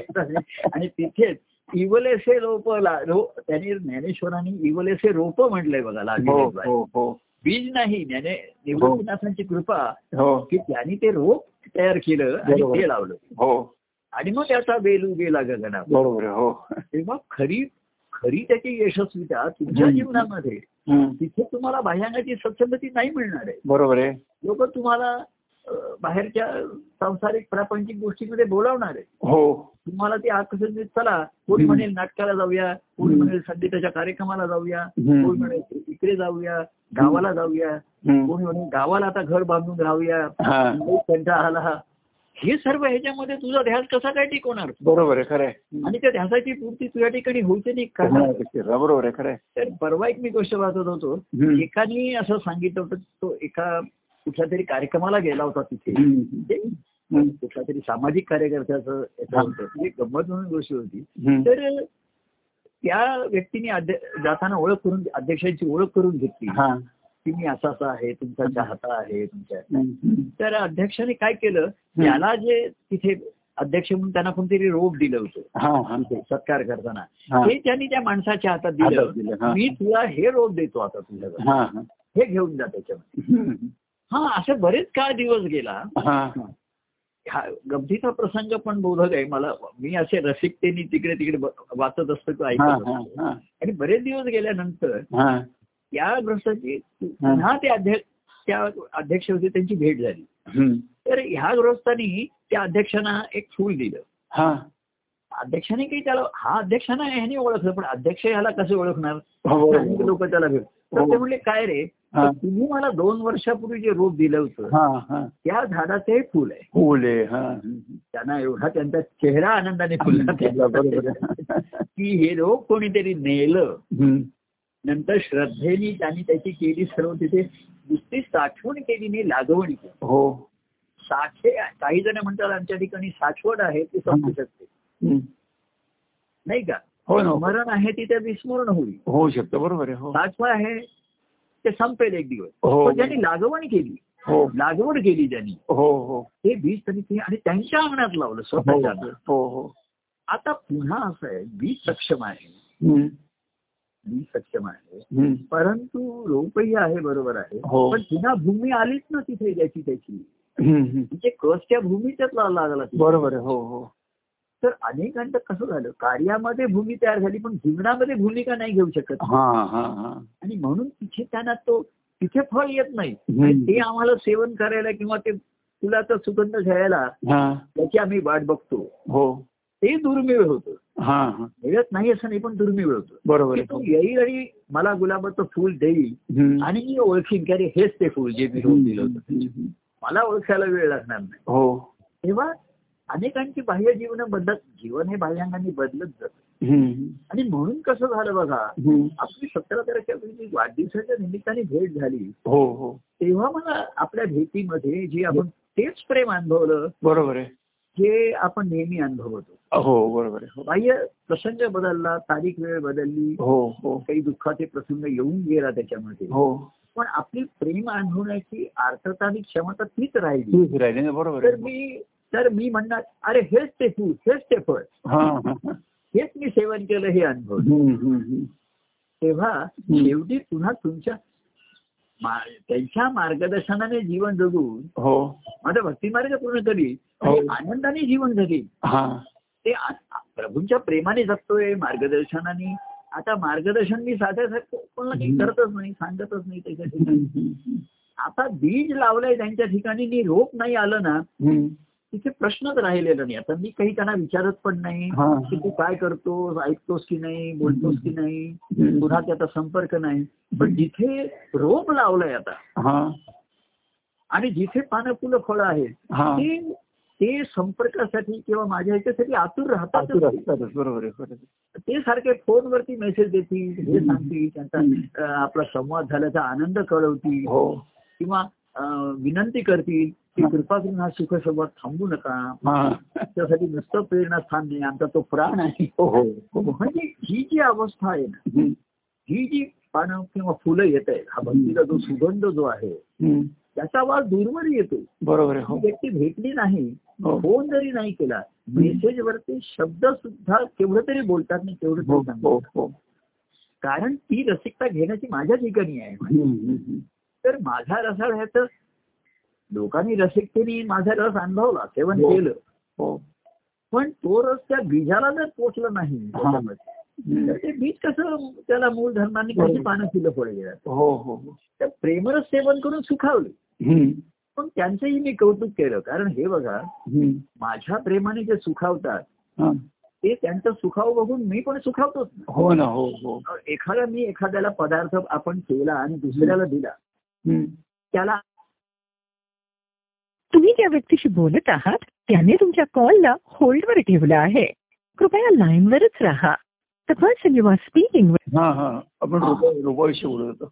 [SPEAKER 1] आणि तिथेच इवलेसे रोप ला- रो- त्यांनी ज्ञानेश्वरांनी इवलेसे रोप म्हटलंय बघा
[SPEAKER 2] हो
[SPEAKER 1] लागले
[SPEAKER 2] हो हो
[SPEAKER 1] बीज नाही ज्ञाने निवृत्तीनाथांची कृपा
[SPEAKER 2] हो
[SPEAKER 1] की त्यांनी ते रोप तयार केलं आणि
[SPEAKER 2] बरोबर.
[SPEAKER 1] ते लावलं
[SPEAKER 2] हो
[SPEAKER 1] आणि मग त्याचा वेल गेला गगना
[SPEAKER 2] बरोबर आहे, हो
[SPEAKER 1] तेव्हा खरी खरी त्याची यशस्वीता तुमच्या
[SPEAKER 2] हम्म.
[SPEAKER 1] जीवनामध्ये
[SPEAKER 2] हम्म.
[SPEAKER 1] तिथे तुम्हाला बाह्यांची सत्संगती नाही मिळणार आहे
[SPEAKER 2] बरोबर आहे
[SPEAKER 1] लोक तुम्हाला अ, बाहेरच्या सांसारिक प्रापंचिक गोष्टीमध्ये बोलावणार आहे
[SPEAKER 2] हो
[SPEAKER 1] तुम्हाला ते आकर्षण देत चला कोणी
[SPEAKER 2] हम्म.
[SPEAKER 1] म्हणेल नाटकाला जाऊया कोणी
[SPEAKER 2] हम्म.
[SPEAKER 1] म्हणेल संगीताच्या कार्यक्रमाला जाऊया
[SPEAKER 2] हम्म.
[SPEAKER 1] कोणी म्हणेल इकडे जाऊया गावाला जाऊया
[SPEAKER 2] हम्म.
[SPEAKER 1] कोणी म्हणेल गावाला आता घर बांधून राहूया
[SPEAKER 2] हा
[SPEAKER 1] मुंबईत कंटाळा आला हे सर्व ह्याच्यामध्ये तुझा ध्यास कसा काय टिकवणार
[SPEAKER 2] बरोबर आहे खरं आहे
[SPEAKER 1] आणि त्या ध्यासाची पूर्ती तुझ्या ठिकाणी होते नाही का
[SPEAKER 2] बरोबर आहे खरं आहे
[SPEAKER 1] तर परवा एक मी गोष्ट वाचत होतो
[SPEAKER 2] हम्म.
[SPEAKER 1] एकाने असं सांगितलं होतं तो एका कुठल्या तरी कार्यक्रमाला गेला होता तिथे
[SPEAKER 2] हम्म.
[SPEAKER 1] म्हणजे कुठल्या तरी सामाजिक कार्यकर्त्याचं याचं होतं. ती एक गंमत म्हणून गोष्ट होती
[SPEAKER 2] हम्म.
[SPEAKER 1] तर त्या व्यक्तीने अध्य- जाताना ओळख करून अध्यक्षांची ओळख करून घेतली
[SPEAKER 2] हा.
[SPEAKER 1] की मी असा असा आहे तुमचा चाहता आहे तुमच्या
[SPEAKER 2] हम्म.
[SPEAKER 1] तर अध्यक्षाने काय केलं त्याला जे तिथे अध्यक्ष म्हणून त्यांना कोणतरी रोप दिलं होतं
[SPEAKER 2] हा, हा.
[SPEAKER 1] सत्कार करताना
[SPEAKER 2] हा.
[SPEAKER 1] हे त्यांनी त्या माणसाच्या हातात
[SPEAKER 2] हातात
[SPEAKER 1] दिलं
[SPEAKER 2] दिलं, हा.
[SPEAKER 1] मी तुला हे रोप देतो आता तुझ्याकडे
[SPEAKER 2] हा, हा.
[SPEAKER 1] हे घेऊन जा त्याच्यामध्ये
[SPEAKER 2] हम्म.
[SPEAKER 1] हा असे बरेच काळ दिवस गेला
[SPEAKER 2] हा.
[SPEAKER 1] हा गमतीचा प्रसंग पण बोधक आहे मला मी असे रसिकतेने तिकडे तिकडे ब- वाचत असतो किंवा
[SPEAKER 2] हा,
[SPEAKER 1] ऐकत
[SPEAKER 2] हा,
[SPEAKER 1] असतो
[SPEAKER 2] हा.
[SPEAKER 1] आणि बरेच दिवस गेल्यानंतर
[SPEAKER 2] हा.
[SPEAKER 1] त्या ग्रस्ताची पुन्हा ते अध्यक्ष त्या अध्यक्ष होते त्यांची भेट झाली
[SPEAKER 2] हम्म.
[SPEAKER 1] तर ह्या गृहस्थानी त्या अध्यक्षांना एक फूल दिलं
[SPEAKER 2] हा.
[SPEAKER 1] अध्यक्षाने काही त्याला हा अध्यक्षांना ह्याने ओळखलं पण अध्यक्ष ह्याला कसे ओळखणार
[SPEAKER 2] हो,
[SPEAKER 1] स्थानिक
[SPEAKER 2] बरोबर.
[SPEAKER 1] लोक त्याला भेट तर
[SPEAKER 2] हो.
[SPEAKER 1] ते म्हणले काय रे
[SPEAKER 2] हा.
[SPEAKER 1] तर तुम्ही मला दोन वर्षापूर्वी जे रोप दिलं होतं
[SPEAKER 2] हा, हा.
[SPEAKER 1] त्या झाडाचं हे फुल आहे
[SPEAKER 2] ओले हा
[SPEAKER 1] त्यांना एवढा त्यांचा चेहरा आनंदाने
[SPEAKER 2] <laughs>
[SPEAKER 1] फुलला
[SPEAKER 2] बरोबर
[SPEAKER 1] की हे रोप कोणीतरी नेलं
[SPEAKER 2] हम्म.
[SPEAKER 1] नंतर श्रद्धेने त्यांनी त्याची केली सर्व तिथे नुसती साठवण केली नाही लागवण केली
[SPEAKER 2] हो
[SPEAKER 1] साठे काही जण म्हणतात आमच्या ठिकाणी साठवण आहे ती संपू शकते
[SPEAKER 2] हम्म.
[SPEAKER 1] नाही का
[SPEAKER 2] हो ना हो.
[SPEAKER 1] स्मरण आहे तिथे विस्मरण होईल
[SPEAKER 2] होऊ शकतं बरोबर आहे हो
[SPEAKER 1] साठवण आहे ते संपेल एक दिवस
[SPEAKER 2] हो.
[SPEAKER 1] पण ज्यांनी लागवण केली
[SPEAKER 2] हो
[SPEAKER 1] लागवड केली ज्यांनी
[SPEAKER 2] हो हो
[SPEAKER 1] ते बीज तरी ते आणि त्यांच्या अंगणात लावलं
[SPEAKER 2] हो
[SPEAKER 1] स्वतःच्या अंगणात.
[SPEAKER 2] हो हो
[SPEAKER 1] आता पुन्हा असं आहे बीज सक्षम आहे
[SPEAKER 2] हम्म.
[SPEAKER 1] बीज सक्षम आहे
[SPEAKER 2] हम्म.
[SPEAKER 1] परंतु रोपही आहे बरोबर आहे
[SPEAKER 2] हो.
[SPEAKER 1] पण पुन्हा भूमी आलीच ना तिथे ज्याची त्याची
[SPEAKER 2] हम्म, हम्म.
[SPEAKER 1] म्हणजे कसच्या भूमीच्याच ला- लागला तिथे.
[SPEAKER 2] बरोबर आहे हो हो
[SPEAKER 1] तर अनेकांचं कसं झालं कार्यामध्ये भूमी तयार झाली पण जीवनामध्ये भूमिका नाही घेऊ शकत
[SPEAKER 2] हा हा हा
[SPEAKER 1] आणि म्हणून तिथे त्यांना तो तिथे फळ येत नाही
[SPEAKER 2] हम्म.
[SPEAKER 1] आणि ते आम्हाला सेवन करायला किंवा ते फुलाचा सुगंध घ्यायला
[SPEAKER 2] हा
[SPEAKER 1] त्याची आम्ही वाट बघतो
[SPEAKER 2] हो
[SPEAKER 1] ते दुर्मिळ होतं
[SPEAKER 2] हा हा
[SPEAKER 1] मिळत नाही असं नाही पण दुर्मिळ होतं
[SPEAKER 2] बरोबर
[SPEAKER 1] की
[SPEAKER 2] आहे
[SPEAKER 1] तो
[SPEAKER 2] हो.
[SPEAKER 1] येईल आणि मला गुलाबाचं फुल देईल
[SPEAKER 2] हम्म.
[SPEAKER 1] आणि मी ओळखीन की अरे हेच ते फुल जे मी रोज दिलं होतं
[SPEAKER 2] हम्म.
[SPEAKER 1] मला ओळखायला वेळ लागणार नाही
[SPEAKER 2] हो
[SPEAKER 1] तेव्हा अनेकांची बाह्य जीवन बदलत जीवन हे बाह्यांनी बदलत जातं
[SPEAKER 2] हम्म.
[SPEAKER 1] आणि म्हणून कसं झालं बघा
[SPEAKER 2] हम्म.
[SPEAKER 1] आपली सतरा तारखेला जी वाढदिवसाच्या निमित्ताने भेट झाली
[SPEAKER 2] हो हो
[SPEAKER 1] तेव्हा मला आपल्या भेटीमध्ये जे आपण तेच प्रेम अनुभवलं
[SPEAKER 2] बरोबर आहे
[SPEAKER 1] जे आपण नेहमी अनुभवतो
[SPEAKER 2] हो बरोबर आहे हो
[SPEAKER 1] बाह्य प्रसंग बदलला तारीख वेळ बदलली
[SPEAKER 2] हो हो
[SPEAKER 1] काही दुःखाचे प्रसंग येऊन गेला त्याच्यामध्ये
[SPEAKER 2] हो
[SPEAKER 1] पण आपली प्रेम अनुभवण्याची अर्थता आणि क्षमता तीच राहिली
[SPEAKER 2] तूच राहिली ना बरोबर
[SPEAKER 1] तर
[SPEAKER 2] आहे
[SPEAKER 1] मी तर मी म्हणणार अरे हेच ते फूल हेच ते फळ
[SPEAKER 2] हा हा हा.
[SPEAKER 1] हेच मी सेवन केलं हे अनुभव
[SPEAKER 2] हम्म, हम्म, हम्म.
[SPEAKER 1] तेव्हा शेवटी पुन्हा तुमच्या मा- त्यांच्या मार्गदर्शनाने जीवन जगून
[SPEAKER 2] हो
[SPEAKER 1] माझा भक्तिमार्ग पूर्ण करी
[SPEAKER 2] हो.
[SPEAKER 1] आनंदाने जीवन जगी
[SPEAKER 2] हा
[SPEAKER 1] ते आ- आ- प्रभूंच्या प्रेमाने जगतोय मार्गदर्शनाने आता मार्गदर्शन मी साध्यासारखं कोणाला काही
[SPEAKER 2] हम्म.
[SPEAKER 1] करतच नाही सांगतच नाही त्याच्या
[SPEAKER 2] हम्म,
[SPEAKER 1] ठिकाणी
[SPEAKER 2] हम्म,
[SPEAKER 1] आता बीज लावलंय त्यांच्या ठिकाणी नी रोप नाही आलं ना
[SPEAKER 2] हम्म.
[SPEAKER 1] तिथे प्रश्नच राहिलेला नाही आता मी काही त्यांना विचारत पण नाही
[SPEAKER 2] हा.
[SPEAKER 1] की तू काय करतोस ऐकतोस की नाही बोलतोस की नाही पुन्हा त्याचा संपर्क नाही पण जिथे रोप लावलंय आता
[SPEAKER 2] हा
[SPEAKER 1] आणि जिथे पानं फुलं फळं आहेत
[SPEAKER 2] हा
[SPEAKER 1] ते ते संपर्कासाठी किंवा माझ्या ह्याच्यासाठी आतुर राहतात
[SPEAKER 2] आतुर असतातच, बरोबर आहे बरोबर आहे.
[SPEAKER 1] ते सारखे फोनवरती मेसेज देतील हे सांगतील त्यांचा
[SPEAKER 2] हम्म.
[SPEAKER 1] अं, आपला संवाद झाल्याचा आनंद कळवतील
[SPEAKER 2] हो
[SPEAKER 1] किंवा अं, विनंती करतील की
[SPEAKER 2] हा.
[SPEAKER 1] कृपा करून हा सुख संवाद थांबू नका
[SPEAKER 2] हा
[SPEAKER 1] त्यासाठी नुसतं प्रेरणास्थान नाही आमचा तो प्राण आहे
[SPEAKER 2] हो हो
[SPEAKER 1] म्हणजे ही जी अवस्था आहे ना
[SPEAKER 2] हम्म,
[SPEAKER 1] ही जी पानं किंवा फुलं येत आहेत हा भक्तीचा जो सुगंध जो आहे
[SPEAKER 2] हम्म.
[SPEAKER 1] त्याचा आवाज दूरवर येतो
[SPEAKER 2] बरोबर आहे
[SPEAKER 1] ती
[SPEAKER 2] हो
[SPEAKER 1] व्यक्ती भेटली नाही
[SPEAKER 2] हो.
[SPEAKER 1] फोन जरी नाही केला मेसेजवरती शब्द सुद्धा केवढं तरी बोलतात नाही तेवढं
[SPEAKER 2] हो
[SPEAKER 1] तरी
[SPEAKER 2] हो
[SPEAKER 1] सांगतात
[SPEAKER 2] हो
[SPEAKER 1] कारण ती रसिकता घेण्याची माझ्या ठिकाणी आहे
[SPEAKER 2] हम्म, हम्म, हम्म.
[SPEAKER 1] तर माझा रसाळ आहे तर लोकांनी रसिकतेने माझा रस अनुभवला सेवन
[SPEAKER 2] हो.
[SPEAKER 1] केलं
[SPEAKER 2] हो
[SPEAKER 1] पण तो रस त्या बीजाला जर पोचला नाही
[SPEAKER 2] हा.
[SPEAKER 1] त्याच्यामध्ये,
[SPEAKER 2] हम्म.
[SPEAKER 1] तर ते बीज कसं त्याला मूळ धर्माने कशी
[SPEAKER 2] बरोबर.
[SPEAKER 1] पानं फुलं फळ गेल्यात
[SPEAKER 2] हो हो हो.
[SPEAKER 1] तर प्रेमरस सेवन करून सुखावले
[SPEAKER 2] हम्म,
[SPEAKER 1] पण त्यांचंही मी कौतुक केलं कारण हे बघा
[SPEAKER 2] हम्म.
[SPEAKER 1] माझ्या प्रेमाने जे सुखावतात
[SPEAKER 2] हा.
[SPEAKER 1] ते त्यांचं सुखाव बघून मी पण सुखावतोच ना
[SPEAKER 2] हो ना हो हो
[SPEAKER 1] एखादा मी एखाद्याला पदार्थ आपण केला आणि दुसऱ्याला दिला
[SPEAKER 2] हम्म.
[SPEAKER 1] त्याला
[SPEAKER 3] तुम्ही ज्या व्यक्तीशी बोलत आहात त्याने तुमच्या कॉलला होल्डवर ठेवला आहे कृपया लाईनवरच राहा the person you are speaking
[SPEAKER 2] हा हा आपण रोपा- रोपाविषयी बोलत होतो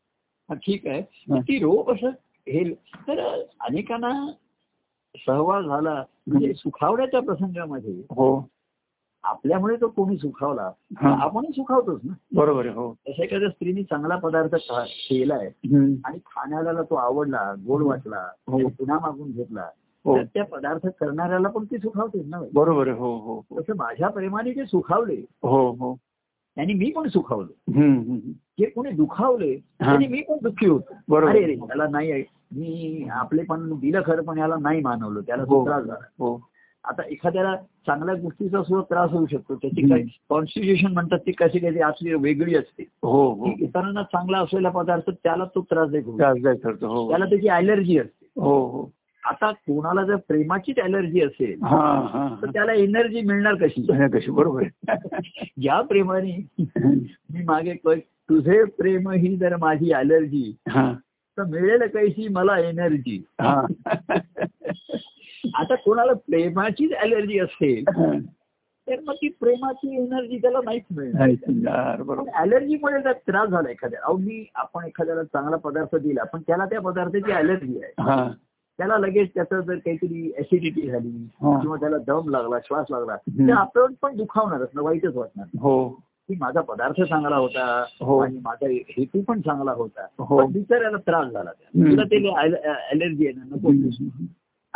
[SPEAKER 1] हा, ठीक आहे
[SPEAKER 2] हा.
[SPEAKER 1] ती रोप असं हे तर अनेकांना सहवास झाला म्हणजे सुखावण्याच्या प्रसंगामध्ये
[SPEAKER 2] हो
[SPEAKER 1] आपल्यामुळे तो कोणी सुखावला
[SPEAKER 2] हा.
[SPEAKER 1] आपण सुखावतोच ना
[SPEAKER 2] बरोबर आहे हो
[SPEAKER 1] तसं एखाद्या स्त्रीने चांगला पदार्थ खा- केलाय
[SPEAKER 2] हम्म.
[SPEAKER 1] आणि खाणाऱ्याला तो आवडला गोड वाटला
[SPEAKER 2] हो.
[SPEAKER 1] त्याने पुन्हा मागून घेतला
[SPEAKER 2] हो.
[SPEAKER 1] तर त्या पदार्थ करणाऱ्याला पण ती सुखावतेच ना
[SPEAKER 2] बरोबर आहे हो हो हो.
[SPEAKER 1] तसं माझ्या प्रेमाने जे सुखावले
[SPEAKER 2] हो हो
[SPEAKER 1] त्यांनी मी पण सुखावलो
[SPEAKER 2] हम्म, हम्म.
[SPEAKER 1] जे कोणी दुखावले त्यांनी मी पण दुःखी होतो
[SPEAKER 2] बरोबर.
[SPEAKER 1] अरे रे याला नाही आहे. मी आपले पण दिलं खरं पण याला नाही मानवलं त्याला
[SPEAKER 2] हो.
[SPEAKER 1] तो त्रास झाला
[SPEAKER 2] हो
[SPEAKER 1] आता एखाद्याला चांगल्या गोष्टीचा सुद्धा त्रास होऊ शकतो त्याची
[SPEAKER 2] हम्म.
[SPEAKER 1] काही कॉन्स्टिट्युशन म्हणतात ती कशी काही असली वेगळी असते
[SPEAKER 2] हो हो
[SPEAKER 1] की इतरांना चांगला असलेला पदार्थ त्याला तो त्रासदायक होतो
[SPEAKER 2] त्रासदायक ठरतो हो
[SPEAKER 1] त्याला त्याची अलर्जी असते
[SPEAKER 2] हो हो
[SPEAKER 1] आता कोणाला जर प्रेमाचीच अलर्जी असेल
[SPEAKER 2] हा हा
[SPEAKER 1] तर त्याला एनर्जी मिळणार कशी
[SPEAKER 2] हा. कशी बरोबर आहे
[SPEAKER 1] ज्या प्रेमाने मी मागे क- तुझे प्रेम ही जर माझी अलर्जी
[SPEAKER 2] हा
[SPEAKER 1] तर मिळेल कैशी मला एनर्जी
[SPEAKER 2] हा
[SPEAKER 1] आता कोणाला प्रेमाचीच अलर्जी असेल तर मग ती प्रेमाची एनर्जी त्याला नाहीच मिळणार
[SPEAKER 2] नाही समजणार, बरोबर
[SPEAKER 1] अलर्जीमुळे जर त्रास झाला एखाद्या अहो मी आपण एखाद्याला चांगला पदार्थ दिला पण त्याला त्या पदार्थाची अलर्जी आहे
[SPEAKER 2] हा
[SPEAKER 1] त्याला लगेच त्याचं जर काहीतरी ऍसिडिटी झाली
[SPEAKER 2] हा.
[SPEAKER 1] किंवा त्याला दम लागला श्वास लागला
[SPEAKER 2] हम्म.
[SPEAKER 1] तर आपण पण दुखावणारच ना वाईटच वाटणार
[SPEAKER 2] हो
[SPEAKER 1] की माझा पदार्थ चांगला होता
[SPEAKER 2] हो.
[SPEAKER 1] आणि माझा हेतू पण चांगला होता
[SPEAKER 2] हो.
[SPEAKER 1] पण बिचाऱ्याला त्रास झाला त्या.
[SPEAKER 2] हम्म.
[SPEAKER 1] तुला ते अलर्जी आहे ना नको
[SPEAKER 2] हम्म.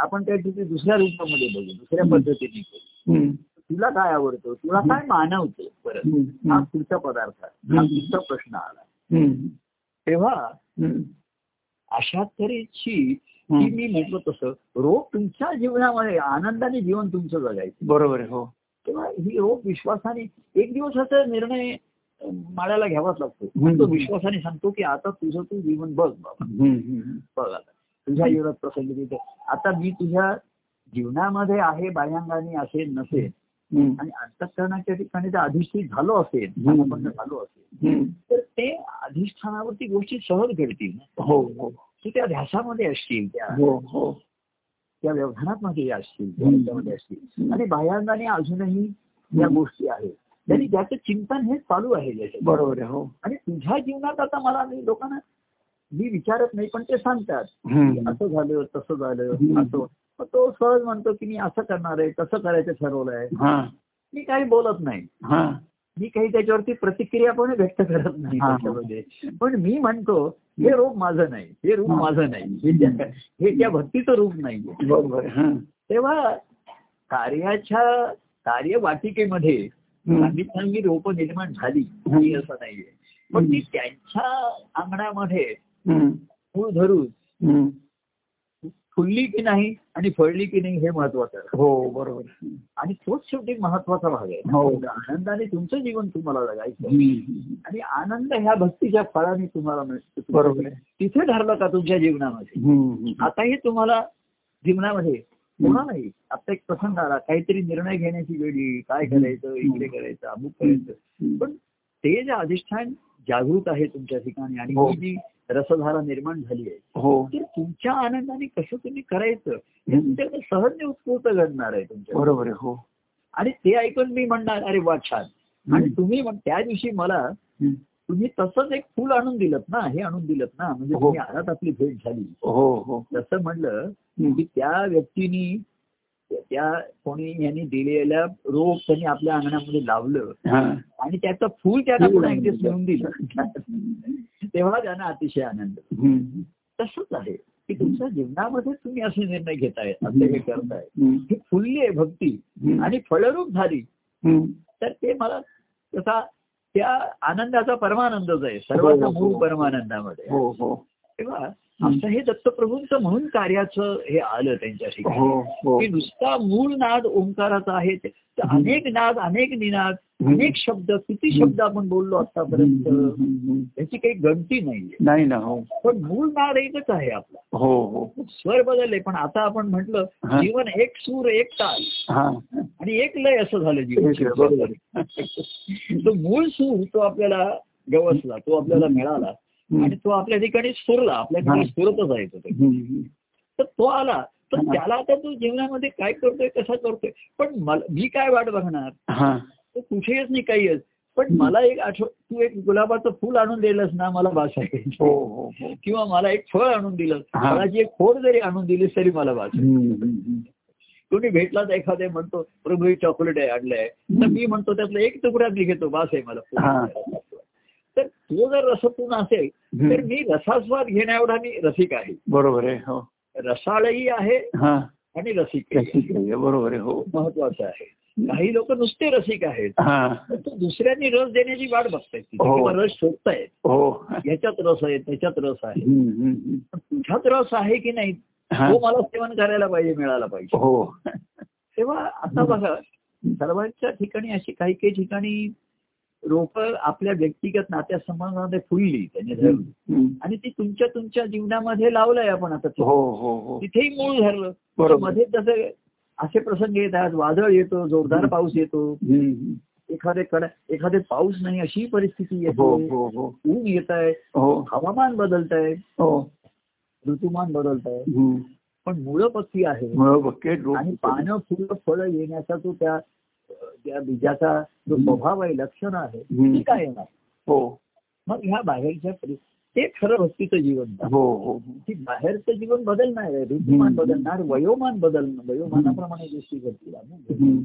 [SPEAKER 1] आपण काहीतरी दुसऱ्या रूपामध्ये बघू दुसऱ्या
[SPEAKER 2] हम्म.
[SPEAKER 1] पद्धतीने करू.
[SPEAKER 2] हम्म.
[SPEAKER 1] तुला काय आवडतं तुला काय मानवतं परत
[SPEAKER 2] हम्म.
[SPEAKER 1] हा तुमचा पदार्थ आहे. हा
[SPEAKER 2] हम्म.
[SPEAKER 1] तुमचा प्रश्न आला
[SPEAKER 2] हम्म.
[SPEAKER 1] तेव्हा
[SPEAKER 2] हम्म.
[SPEAKER 1] अशा तऱ्हेची की
[SPEAKER 2] हम्म.
[SPEAKER 1] मी म्हटलं तसं रोप तुमच्या जीवनामध्ये आनंदाने जीवन तुमचं जगायचं
[SPEAKER 2] बरोबर आहे हो
[SPEAKER 1] तेव्हा ही रोप विश्वासाने एक दिवसाचा निर्णय अं, माळ्याला घ्यावाच लागतो
[SPEAKER 2] हम्म.
[SPEAKER 1] तो विश्वासाने सांगतो की आता तुझं तू जीवन बघ बाबा
[SPEAKER 2] हम्म. हम्म.
[SPEAKER 1] बघ आता तुझ्या जीवनात प्रसंग तिथे आता मी तुझ्या जीवनामध्ये आहे बाह्यांगाने असेल नसेल
[SPEAKER 2] हम्म.
[SPEAKER 1] आणि अंतःकरणाच्या ठिकाणी जर अधिष्ठित झालो असेल
[SPEAKER 2] हम्म.
[SPEAKER 1] आपण झालो असेल
[SPEAKER 2] हम्म.
[SPEAKER 1] तर ते अधिष्ठानावरती गोष्टी सहज घडतील ना.
[SPEAKER 2] हो हो
[SPEAKER 1] की त्या ध्यासामध्ये असतील त्या
[SPEAKER 2] हो हो
[SPEAKER 1] त्या व्यवधानामध्ये असतील त्या
[SPEAKER 2] हम्म.
[SPEAKER 1] ह्याच्यामध्ये असतील आणि बाह्यांगाने अजूनही या
[SPEAKER 2] हम्म.
[SPEAKER 1] गोष्टी आहेत त्यांनी त्याचं चिंतन हे चालू आहे त्याच्यात.
[SPEAKER 2] बरोबर आहे हो
[SPEAKER 1] आणि तुझ्या जीवनात आता मला मी लोकांना मी विचारत नाही पण ते सांगतात की
[SPEAKER 2] हम्म.
[SPEAKER 1] असं झालं तसं झालं
[SPEAKER 2] हम्म.
[SPEAKER 1] असं मग तो सहज म्हणतो की मी असं करणार आहे तसं करायचं ठरवलंय
[SPEAKER 2] हा
[SPEAKER 1] मी काही बोलत नाही
[SPEAKER 2] हा
[SPEAKER 1] मी काही त्याच्यावरती प्रतिक्रिया पण व्यक्त करत नाही
[SPEAKER 2] हा.
[SPEAKER 1] त्याच्यामध्ये पण मी म्हणतो हे रूप माझं नाही हे रूप
[SPEAKER 2] हा.
[SPEAKER 1] माझं नाही हे त्या- हे त्या भक्तीचं रूप नाही
[SPEAKER 2] बरोबर आहे. हा
[SPEAKER 1] तेव्हा कार्याच्या कार्यवाटिकेमध्ये
[SPEAKER 2] हम्म.
[SPEAKER 1] सांगितलं रोप निर्माण झाली
[SPEAKER 2] हम्म.
[SPEAKER 1] ही असं नाहीये पण ती त्यांच्या अंगणामध्ये
[SPEAKER 2] हम्म.
[SPEAKER 1] मूळ धरून
[SPEAKER 2] हम्म.
[SPEAKER 1] फुलली की नाही आणि फळली की नाही हे महत्वाचं आहे.
[SPEAKER 2] हो बरोबर आहे.
[SPEAKER 1] आणि तोच शेवटी महत्वाचा भाग आहे
[SPEAKER 2] हो.
[SPEAKER 1] आनंदाने तुमचं जीवन तुम्हाला जगायचं आहे.
[SPEAKER 2] हम्म.
[SPEAKER 1] आणि आनंद ह्या भक्तीच्या फळाने तुम्हाला मिळतो
[SPEAKER 2] बरोबर आहे.
[SPEAKER 1] तिथे धरलं का तुमच्या जीवनामध्ये
[SPEAKER 2] हम्म.
[SPEAKER 1] आताही तुम्हाला जीवनामध्ये पुन्हा नाही आता एक प्रसंग आला काहीतरी निर्णय घेण्याची वेळ येईल काय करायचं इकडे करायचं अमुक करायचं पण ते जे अधिष्ठान जागृत आहे तुमच्या ठिकाणी आणि
[SPEAKER 2] हो.
[SPEAKER 1] ही जी रसधारा निर्माण झाली आहे
[SPEAKER 2] हो
[SPEAKER 1] ते तुमच्या आनंदाने कसं तुम्ही करायचं हे तुमच्याकडे सहज उत्स्फूर्त घडणार आहे तुमच्या
[SPEAKER 2] बरोबर आहे हो
[SPEAKER 1] आणि ते ऐकून मी म्हणणार अरे वा छान आणि तुम्ही म्हण- त्या दिवशी मला
[SPEAKER 2] हम्म.
[SPEAKER 1] तुम्ही तसंच एक फुल आणून दिलत ना हे आणून दिलत ना म्हणजे
[SPEAKER 2] हो.
[SPEAKER 1] तुम्ही आलात आपली भेट झाली
[SPEAKER 2] हो हो
[SPEAKER 1] जसं म्हणलं की
[SPEAKER 2] हम्म.
[SPEAKER 1] म्हणजे त्या व्यक्तीनी त्या कोणी यांनी दिलेल्या रोप त्यांनी आपल्या अंगणामध्ये लावलं
[SPEAKER 2] हा.
[SPEAKER 1] आणि त्याचं फुल त्यांना पुन्हा
[SPEAKER 2] फुल म्हणजे
[SPEAKER 1] एकदा मिळून
[SPEAKER 2] <laughs>
[SPEAKER 1] दिलं तेव्हा त्यांना अतिशय आनंद
[SPEAKER 2] हम्म.
[SPEAKER 1] तसंच आहे की तुमच्या जीवनामध्ये तुम्ही असे निर्णय घेताय असे हे करताय
[SPEAKER 2] हम्म.
[SPEAKER 1] ही फुलली आहे भक्ती
[SPEAKER 2] हम्म.
[SPEAKER 1] आणि फळरूप झाली
[SPEAKER 2] हम्म.
[SPEAKER 1] तर ते मला तसा त्या आनंदाचा परमानंदच आहे सर्वांचा
[SPEAKER 2] हो, हो.
[SPEAKER 1] मूळ परमानंदामध्ये
[SPEAKER 2] हो हो
[SPEAKER 1] तेव्हा आमचं हे दत्तप्रभूंचं म्हणून कार्याचं हे आलं त्यांच्या ठिकाणी
[SPEAKER 2] हो हो
[SPEAKER 1] की नुसता मूळ नाद ओंकाराचा आहे ते- तर
[SPEAKER 2] हम्म.
[SPEAKER 1] अनेक नाद अनेक निनाद
[SPEAKER 2] हम्म.
[SPEAKER 1] अनेक शब्द किती शब्द आपण बोललो
[SPEAKER 2] हम्म.
[SPEAKER 1] आतापर्यंत
[SPEAKER 2] हम्म.
[SPEAKER 1] त्याची काही गणती नाहीये
[SPEAKER 2] नाही ना हो
[SPEAKER 1] पण मूळ नाद एकच आहे आपला
[SPEAKER 2] हो हो
[SPEAKER 1] स्वर बदलले पण आता आपण म्हटलं
[SPEAKER 2] हा.
[SPEAKER 1] जीवन एक सूर एक ताल
[SPEAKER 2] हा
[SPEAKER 1] आणि एक लय असं झालं
[SPEAKER 2] एक लय, बरोबर.
[SPEAKER 1] जीवन <laughs> तो मूळ सूर तो आपल्याला गवसला तो आपल्याला मिळाला आणि तो आपल्या ठिकाणी सुरला आपल्या ठिकाणी
[SPEAKER 2] हा.
[SPEAKER 1] सुरतच आहे तो
[SPEAKER 2] हम्म.
[SPEAKER 1] तर तो आला तर
[SPEAKER 2] हा.
[SPEAKER 1] त्याला आता तो जीवनामध्ये काय करतोय कसा करतोय पण मला- मी काय वाट बघणार
[SPEAKER 2] हा
[SPEAKER 1] तो कुठेच नाही काही पण मला एक आठव तू एक गुलाबाचं फुल आणून दिलंस ना मला भास आहे
[SPEAKER 2] हो हो हो
[SPEAKER 1] किंवा मला एक फळ आणून दिलं
[SPEAKER 2] हा.
[SPEAKER 1] फळाची एक फोड जरी आणून दिलीस तरी मला भास आहे.
[SPEAKER 2] हम्म, हम्म, हम्म.
[SPEAKER 1] कोणी भेटला तर एखादे म्हणतो प्रभू हे चॉकलेट आहे आणलंय
[SPEAKER 2] तो
[SPEAKER 1] तर मी म्हणतो त्यातला एक तुकडा मी घेतो बास आहे मला
[SPEAKER 2] हा.
[SPEAKER 1] तर तो जर रसपूर्ण असेल तर
[SPEAKER 2] हम्म.
[SPEAKER 1] मी रसास्वाद घेण्याएवढा मी रसिक आहे
[SPEAKER 2] बरोबर आहे हो हाँ,
[SPEAKER 1] रसाळही आहे
[SPEAKER 2] हा
[SPEAKER 1] आणि रसिक
[SPEAKER 2] ठीक आहे बरोबर आहे हो
[SPEAKER 1] महत्वाचं आहे काही लोक नुसते रसिक आहेत
[SPEAKER 2] हा
[SPEAKER 1] पण ते दुसऱ्यांनी रस देण्याची वाट बघतायत तिथे.
[SPEAKER 2] हो.
[SPEAKER 1] किंवा रस शोधतायत
[SPEAKER 2] हो
[SPEAKER 1] याच्यात रस आहे त्याच्यात रस आहे
[SPEAKER 2] हम्म, हम्म, हम्म.
[SPEAKER 1] पण तुझ्यात रस आहे की नाही
[SPEAKER 2] हा.
[SPEAKER 1] तो मला सेवन करायला पाहिजे मिळाला पाहिजे
[SPEAKER 2] हो
[SPEAKER 1] तेव्हा आता बघा सर्वांच्या ठिकाणी अशी काही काही ठिकाणी रोप आपल्या व्यक्तिगत नात्यासंबंधामध्ये फुलली त्यांनी धरली
[SPEAKER 2] हम्म.
[SPEAKER 1] आणि ती तुमच्या तुमच्या जीवनामध्ये लावलंय आपण आता ती.
[SPEAKER 2] हो हो हो
[SPEAKER 1] तिथेही मूळ धरलं
[SPEAKER 2] बरोबर
[SPEAKER 1] मध्ये जसं असे प्रसंग येतात वादळ येतो जोरदार पाऊस येतो
[SPEAKER 2] हम्म, हम्म.
[SPEAKER 1] एखादे कड एखादे पाऊस नाही अशी परिस्थिती
[SPEAKER 2] हो
[SPEAKER 1] येते
[SPEAKER 2] हो हो
[SPEAKER 1] ऊन येत आहे
[SPEAKER 2] हो
[SPEAKER 1] हवामान बदलत आहे
[SPEAKER 2] हो
[SPEAKER 1] ऋतुमान बदलत आहे
[SPEAKER 2] हम्म.
[SPEAKER 1] पण मुळं पक्षी आहे
[SPEAKER 2] मुळं बकेट रोप.
[SPEAKER 1] आणि पानं फुलं फळं येण्याचा तो त्या अं, त्या बीजाचा जो स्वभाव आहे लक्षण आहे
[SPEAKER 2] हम्म.
[SPEAKER 1] ती काय येणार
[SPEAKER 2] हो
[SPEAKER 1] मग ह्या बाहेरच्या परि- ते खरं भक्तीचं जीवन आहे.
[SPEAKER 2] हो हो
[SPEAKER 1] की बाहेरचं जीवन बदलणार आहे ऋतुमान
[SPEAKER 2] हम्म.
[SPEAKER 1] बदलणार वयोमान बदलणार वयोमानाप्रमाणे गोष्टी करतील आपण.
[SPEAKER 2] हम्म.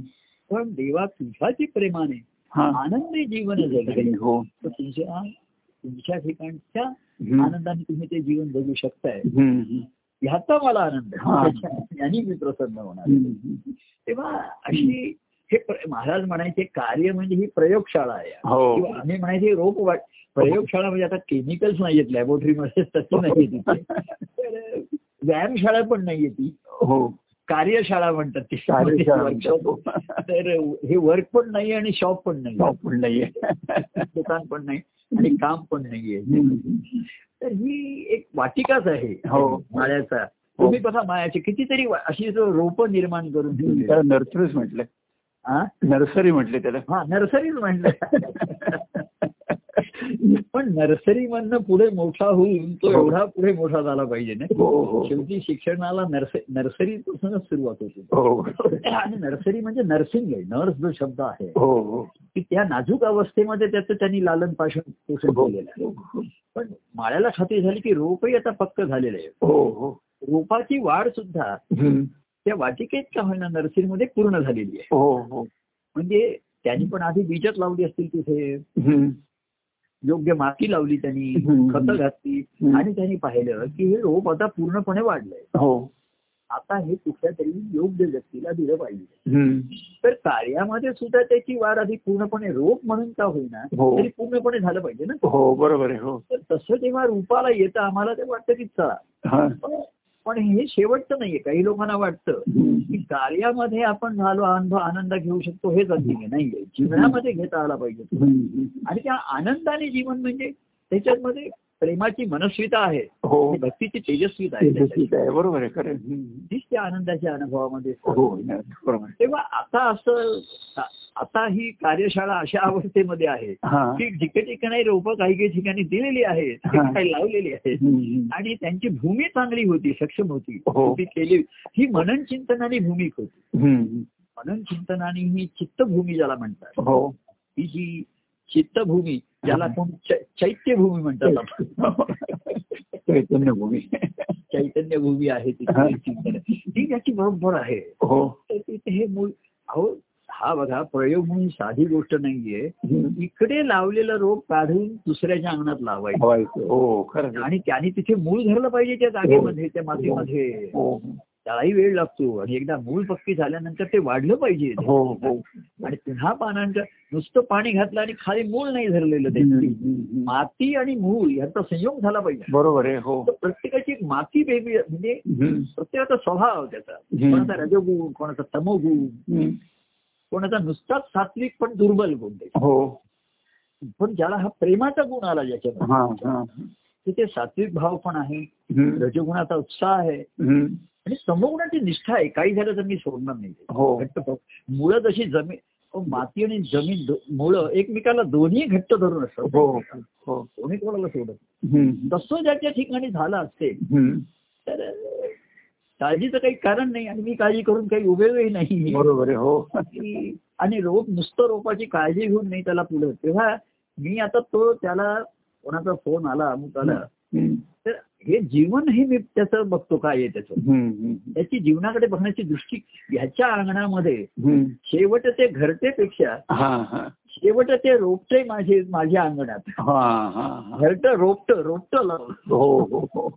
[SPEAKER 1] पण देवा तुझ्याची प्रेमाने
[SPEAKER 2] हा
[SPEAKER 1] आनंदी जीवन जगले
[SPEAKER 2] हो
[SPEAKER 1] तर तुमच्या तुमच्या ठिकाणच्या
[SPEAKER 2] हम्म.
[SPEAKER 1] आनंदाने तुम्ही ते जीवन जगू शकताय
[SPEAKER 2] हम्म, हम्म.
[SPEAKER 1] ह्याचा मला आनंद
[SPEAKER 2] हा.
[SPEAKER 1] आहे यांनी मी प्रसन्न होणार आहे.
[SPEAKER 2] हम्म.
[SPEAKER 1] तेव्हा अशी हे प्र- महाराज म्हणायचे कार्य म्हणजे ही प्रयोगशाळा आहे
[SPEAKER 2] हो.
[SPEAKER 1] किंवा आम्ही म्हणायचे रोप वाट प्रयोगशाळा म्हणजे आता केमिकल्स नाहीयेत लॅबोरेटरीमध्ये
[SPEAKER 2] <laughs>
[SPEAKER 1] तशी नाहीये तिथे तर व्यायामशाळा पण नाहीये ती
[SPEAKER 2] हो तो
[SPEAKER 1] कार्यशाळा म्हणतात ती
[SPEAKER 2] कार्यशाळा
[SPEAKER 1] <laughs> Workshop. तर हे वर्क पण नाही आणि शॉप पण नाही
[SPEAKER 2] आपण नाहीये
[SPEAKER 1] दुकान पण नाही आणि काम पण नाहीये
[SPEAKER 2] हम्म.
[SPEAKER 1] तर ही एक वाटिकाच आहे
[SPEAKER 2] हो.
[SPEAKER 1] माळ्याचा तुम्ही बघा माळ्याची कितीतरी वा- अशी रोप निर्माण करून ठेवली
[SPEAKER 2] त्याला नर्सरीच म्हटलं
[SPEAKER 1] हा?
[SPEAKER 2] नर्सरी म्हटले त्याला
[SPEAKER 1] हा नर्सरीच म्हणलं पण नर्सरी मधनं पुढे मोठा होऊन तो
[SPEAKER 2] हो.
[SPEAKER 1] एवढा पुढे मोठा झाला पाहिजे ना
[SPEAKER 2] हो हो
[SPEAKER 1] शेवटी शिक्षणाला नर्सरी नर्सरीपासूनच सुरुवात होते
[SPEAKER 2] हो
[SPEAKER 1] आणि नर्सरी म्हणजे नर्सिंग आहे नर्स जो शब्द आहे
[SPEAKER 2] हो हो
[SPEAKER 1] की त्या नाजूक अवस्थेमध्ये त्याचं त्यांनी लालन पाषण पोषण
[SPEAKER 2] हो
[SPEAKER 1] केलेलं आहे पण माळ्याला खात्री झाली की रोपही आता पक्क झालेलं आहे
[SPEAKER 2] हो हो
[SPEAKER 1] रोपाची वाढ सुद्धा
[SPEAKER 2] हम्म.
[SPEAKER 1] त्या वाटिकेत का होईना नर्सरीमध्ये पूर्ण झालेली आहे
[SPEAKER 2] हो हो
[SPEAKER 1] म्हणजे त्यांनी पण आधी बीजच लावली असतील तिथे
[SPEAKER 2] हम्म.
[SPEAKER 1] योग्य माती लावली त्यांनी
[SPEAKER 2] हम्म.
[SPEAKER 1] खतं घातली
[SPEAKER 2] हम्म.
[SPEAKER 1] आणि त्यांनी पाहिलं की हे रोप आता पूर्णपणे वाढलंय
[SPEAKER 2] हो
[SPEAKER 1] आता हे कुठल्या तरी योग्य व्यक्तीला दिलं पाहिजे
[SPEAKER 2] हम्म.
[SPEAKER 1] तर कार्यामध्ये सुद्धा त्याची वाढ आधी पूर्णपणे रोप म्हणून का होईना
[SPEAKER 2] हो.
[SPEAKER 1] तरी पूर्णपणे झालं पाहिजे ना
[SPEAKER 2] हो बरोबर आहे हो
[SPEAKER 1] तर तसं जेव्हा रूपाला येतं आम्हाला ते वाटतं की चला
[SPEAKER 2] हा
[SPEAKER 1] पण- पण हे शेवटचं नाहीये काही लोकांना वाटतं की कार्यामध्ये आपण झालो अनुभव आनंद घेऊ शकतो हेच अगदी नाहीये जीवनामध्ये घेता आला पाहिजे तो.
[SPEAKER 2] हम्म.
[SPEAKER 1] आणि त्या आनंदाने जीवन म्हणजे त्याच्यामध्ये प्रेमाची मनस्विता आहे
[SPEAKER 2] हो
[SPEAKER 1] आणि भक्तीची तेजस्विता आहे
[SPEAKER 2] ते
[SPEAKER 1] त्याच्यात.
[SPEAKER 2] ठीक आहे बरोबर आहे खरं आहे. हम्म.
[SPEAKER 1] तीच त्या आनंदाच्या अनुभवामध्ये
[SPEAKER 2] हो ना, बरोबर आहे.
[SPEAKER 1] तेव्हा आता असं आता ही कार्यशाळा अशा अवस्थेमध्ये आहे
[SPEAKER 2] हा
[SPEAKER 1] की ठिके ठिकाणी रोपं काही काही ठिकाणी दिलेली आहेत
[SPEAKER 2] हा.
[SPEAKER 1] काही लावलेली आहेत
[SPEAKER 2] हम्म.
[SPEAKER 1] आणि त्यांची भूमी चांगली होती सक्षम होती
[SPEAKER 2] हो.
[SPEAKER 1] ती केली ही मनन चिंतनाने भूमी होती
[SPEAKER 2] हम्म.
[SPEAKER 1] मनन चिंतनाने ही चित्तभूमी ज्याला म्हणतात
[SPEAKER 2] हो
[SPEAKER 1] ही जी चित्तभूमी ज्याला कोण चै- चैत्यभूमी म्हणतात आपण
[SPEAKER 2] चैतन्य भूमी
[SPEAKER 1] चैतन्यभूमी आहे
[SPEAKER 2] हा.
[SPEAKER 1] तिथे चिंतन ही याची बरोबर आहे
[SPEAKER 2] हो
[SPEAKER 1] तर तिथे हे मूळ अहो हा बघा प्रयोग म्हणून साधी गोष्ट नाहीये
[SPEAKER 2] हम्म.
[SPEAKER 1] इकडे लावलेलं रोप काढून दुसऱ्याच्या अंगणात लावायचं
[SPEAKER 2] हवायचं. हो खरं आहे.
[SPEAKER 1] आणि त्याने तिथे मूळ धरलं पाहिजे त्या जागेमध्ये त्या मातीमध्ये
[SPEAKER 2] हो
[SPEAKER 1] त्यालाही वेळ लागतो आणि एकदा मूळ पक्की झाल्यानंतर ते वाढलं पाहिजे
[SPEAKER 2] हो हो
[SPEAKER 1] आणि पुन्हा पानांचं नुसतं पाणी घातलं आणि खाली मूळ नाही धरलेलं
[SPEAKER 2] हम्म.
[SPEAKER 1] ते
[SPEAKER 2] हम्म.
[SPEAKER 1] माती आणि मूळ यांचा संयोग झाला पाहिजे
[SPEAKER 2] बरोबर आहे हो
[SPEAKER 1] तर प्रत्येकाची एक माती वेगळी म्हणजे
[SPEAKER 2] हम्म.
[SPEAKER 1] प्रत्येकाचा स्वभाव त्याचा
[SPEAKER 2] हम्म.
[SPEAKER 1] कोणाचा रजगुण कोणाचा तमोगुण
[SPEAKER 2] हम्म.
[SPEAKER 1] कोणाचा नुसताच सात्विक पण दुर्बल गुण त्याचे.
[SPEAKER 2] हो
[SPEAKER 1] पण ज्याला हा प्रेमाचा गुण आला
[SPEAKER 2] हा
[SPEAKER 1] ज्याच्यामध्ये
[SPEAKER 2] हा
[SPEAKER 1] तिथे सात्विक भाव पण आहे
[SPEAKER 2] हम्म.
[SPEAKER 1] रजगुणाचा उत्साह आहे
[SPEAKER 2] हम्म.
[SPEAKER 1] आणि समगुणाची निष्ठा आहे काही झालं तर मी सोडणार नाही ते.
[SPEAKER 2] हो
[SPEAKER 1] घट्ट भाव. मुळं जशी जमीन अहो, माती आणि जमीन दो- मुळं एकमेकाला दोन्ही घट्ट धरून असतात
[SPEAKER 2] हो हो
[SPEAKER 1] कोणी कोणाला सोडत नाही.
[SPEAKER 2] हम्म.
[SPEAKER 1] तसं ज्याच्या ठिकाणी झालं असेल
[SPEAKER 2] हम्म.
[SPEAKER 1] तर काळजीचं काही कारण नाही आणि मी काळजी करून काही उपयोगही नाही
[SPEAKER 2] बरोबर आहे हो
[SPEAKER 1] की- आणि रोप नुसतं रोपाची काळजी घेऊन नाही त्याला पुढे तेव्हा मी आता तो त्याला कोणाचा फोन आला अमुक आला
[SPEAKER 2] हम्म.
[SPEAKER 1] तर हे जीवन हे मी त्याचं बघतो काय आहे त्याचं
[SPEAKER 2] हम्म, हम्म.
[SPEAKER 1] त्याची जीवनाकडे बघण्याची दृष्टी ह्याच्या अंगणामध्ये
[SPEAKER 2] हम्म.
[SPEAKER 1] शेवट ते घरटेपेक्षा
[SPEAKER 2] हा हा
[SPEAKER 1] शेवट ते रोपटे माझे माझ्या अंगणात
[SPEAKER 2] हा हा हा.
[SPEAKER 1] घरट रोपट रोपट
[SPEAKER 2] हो हो हो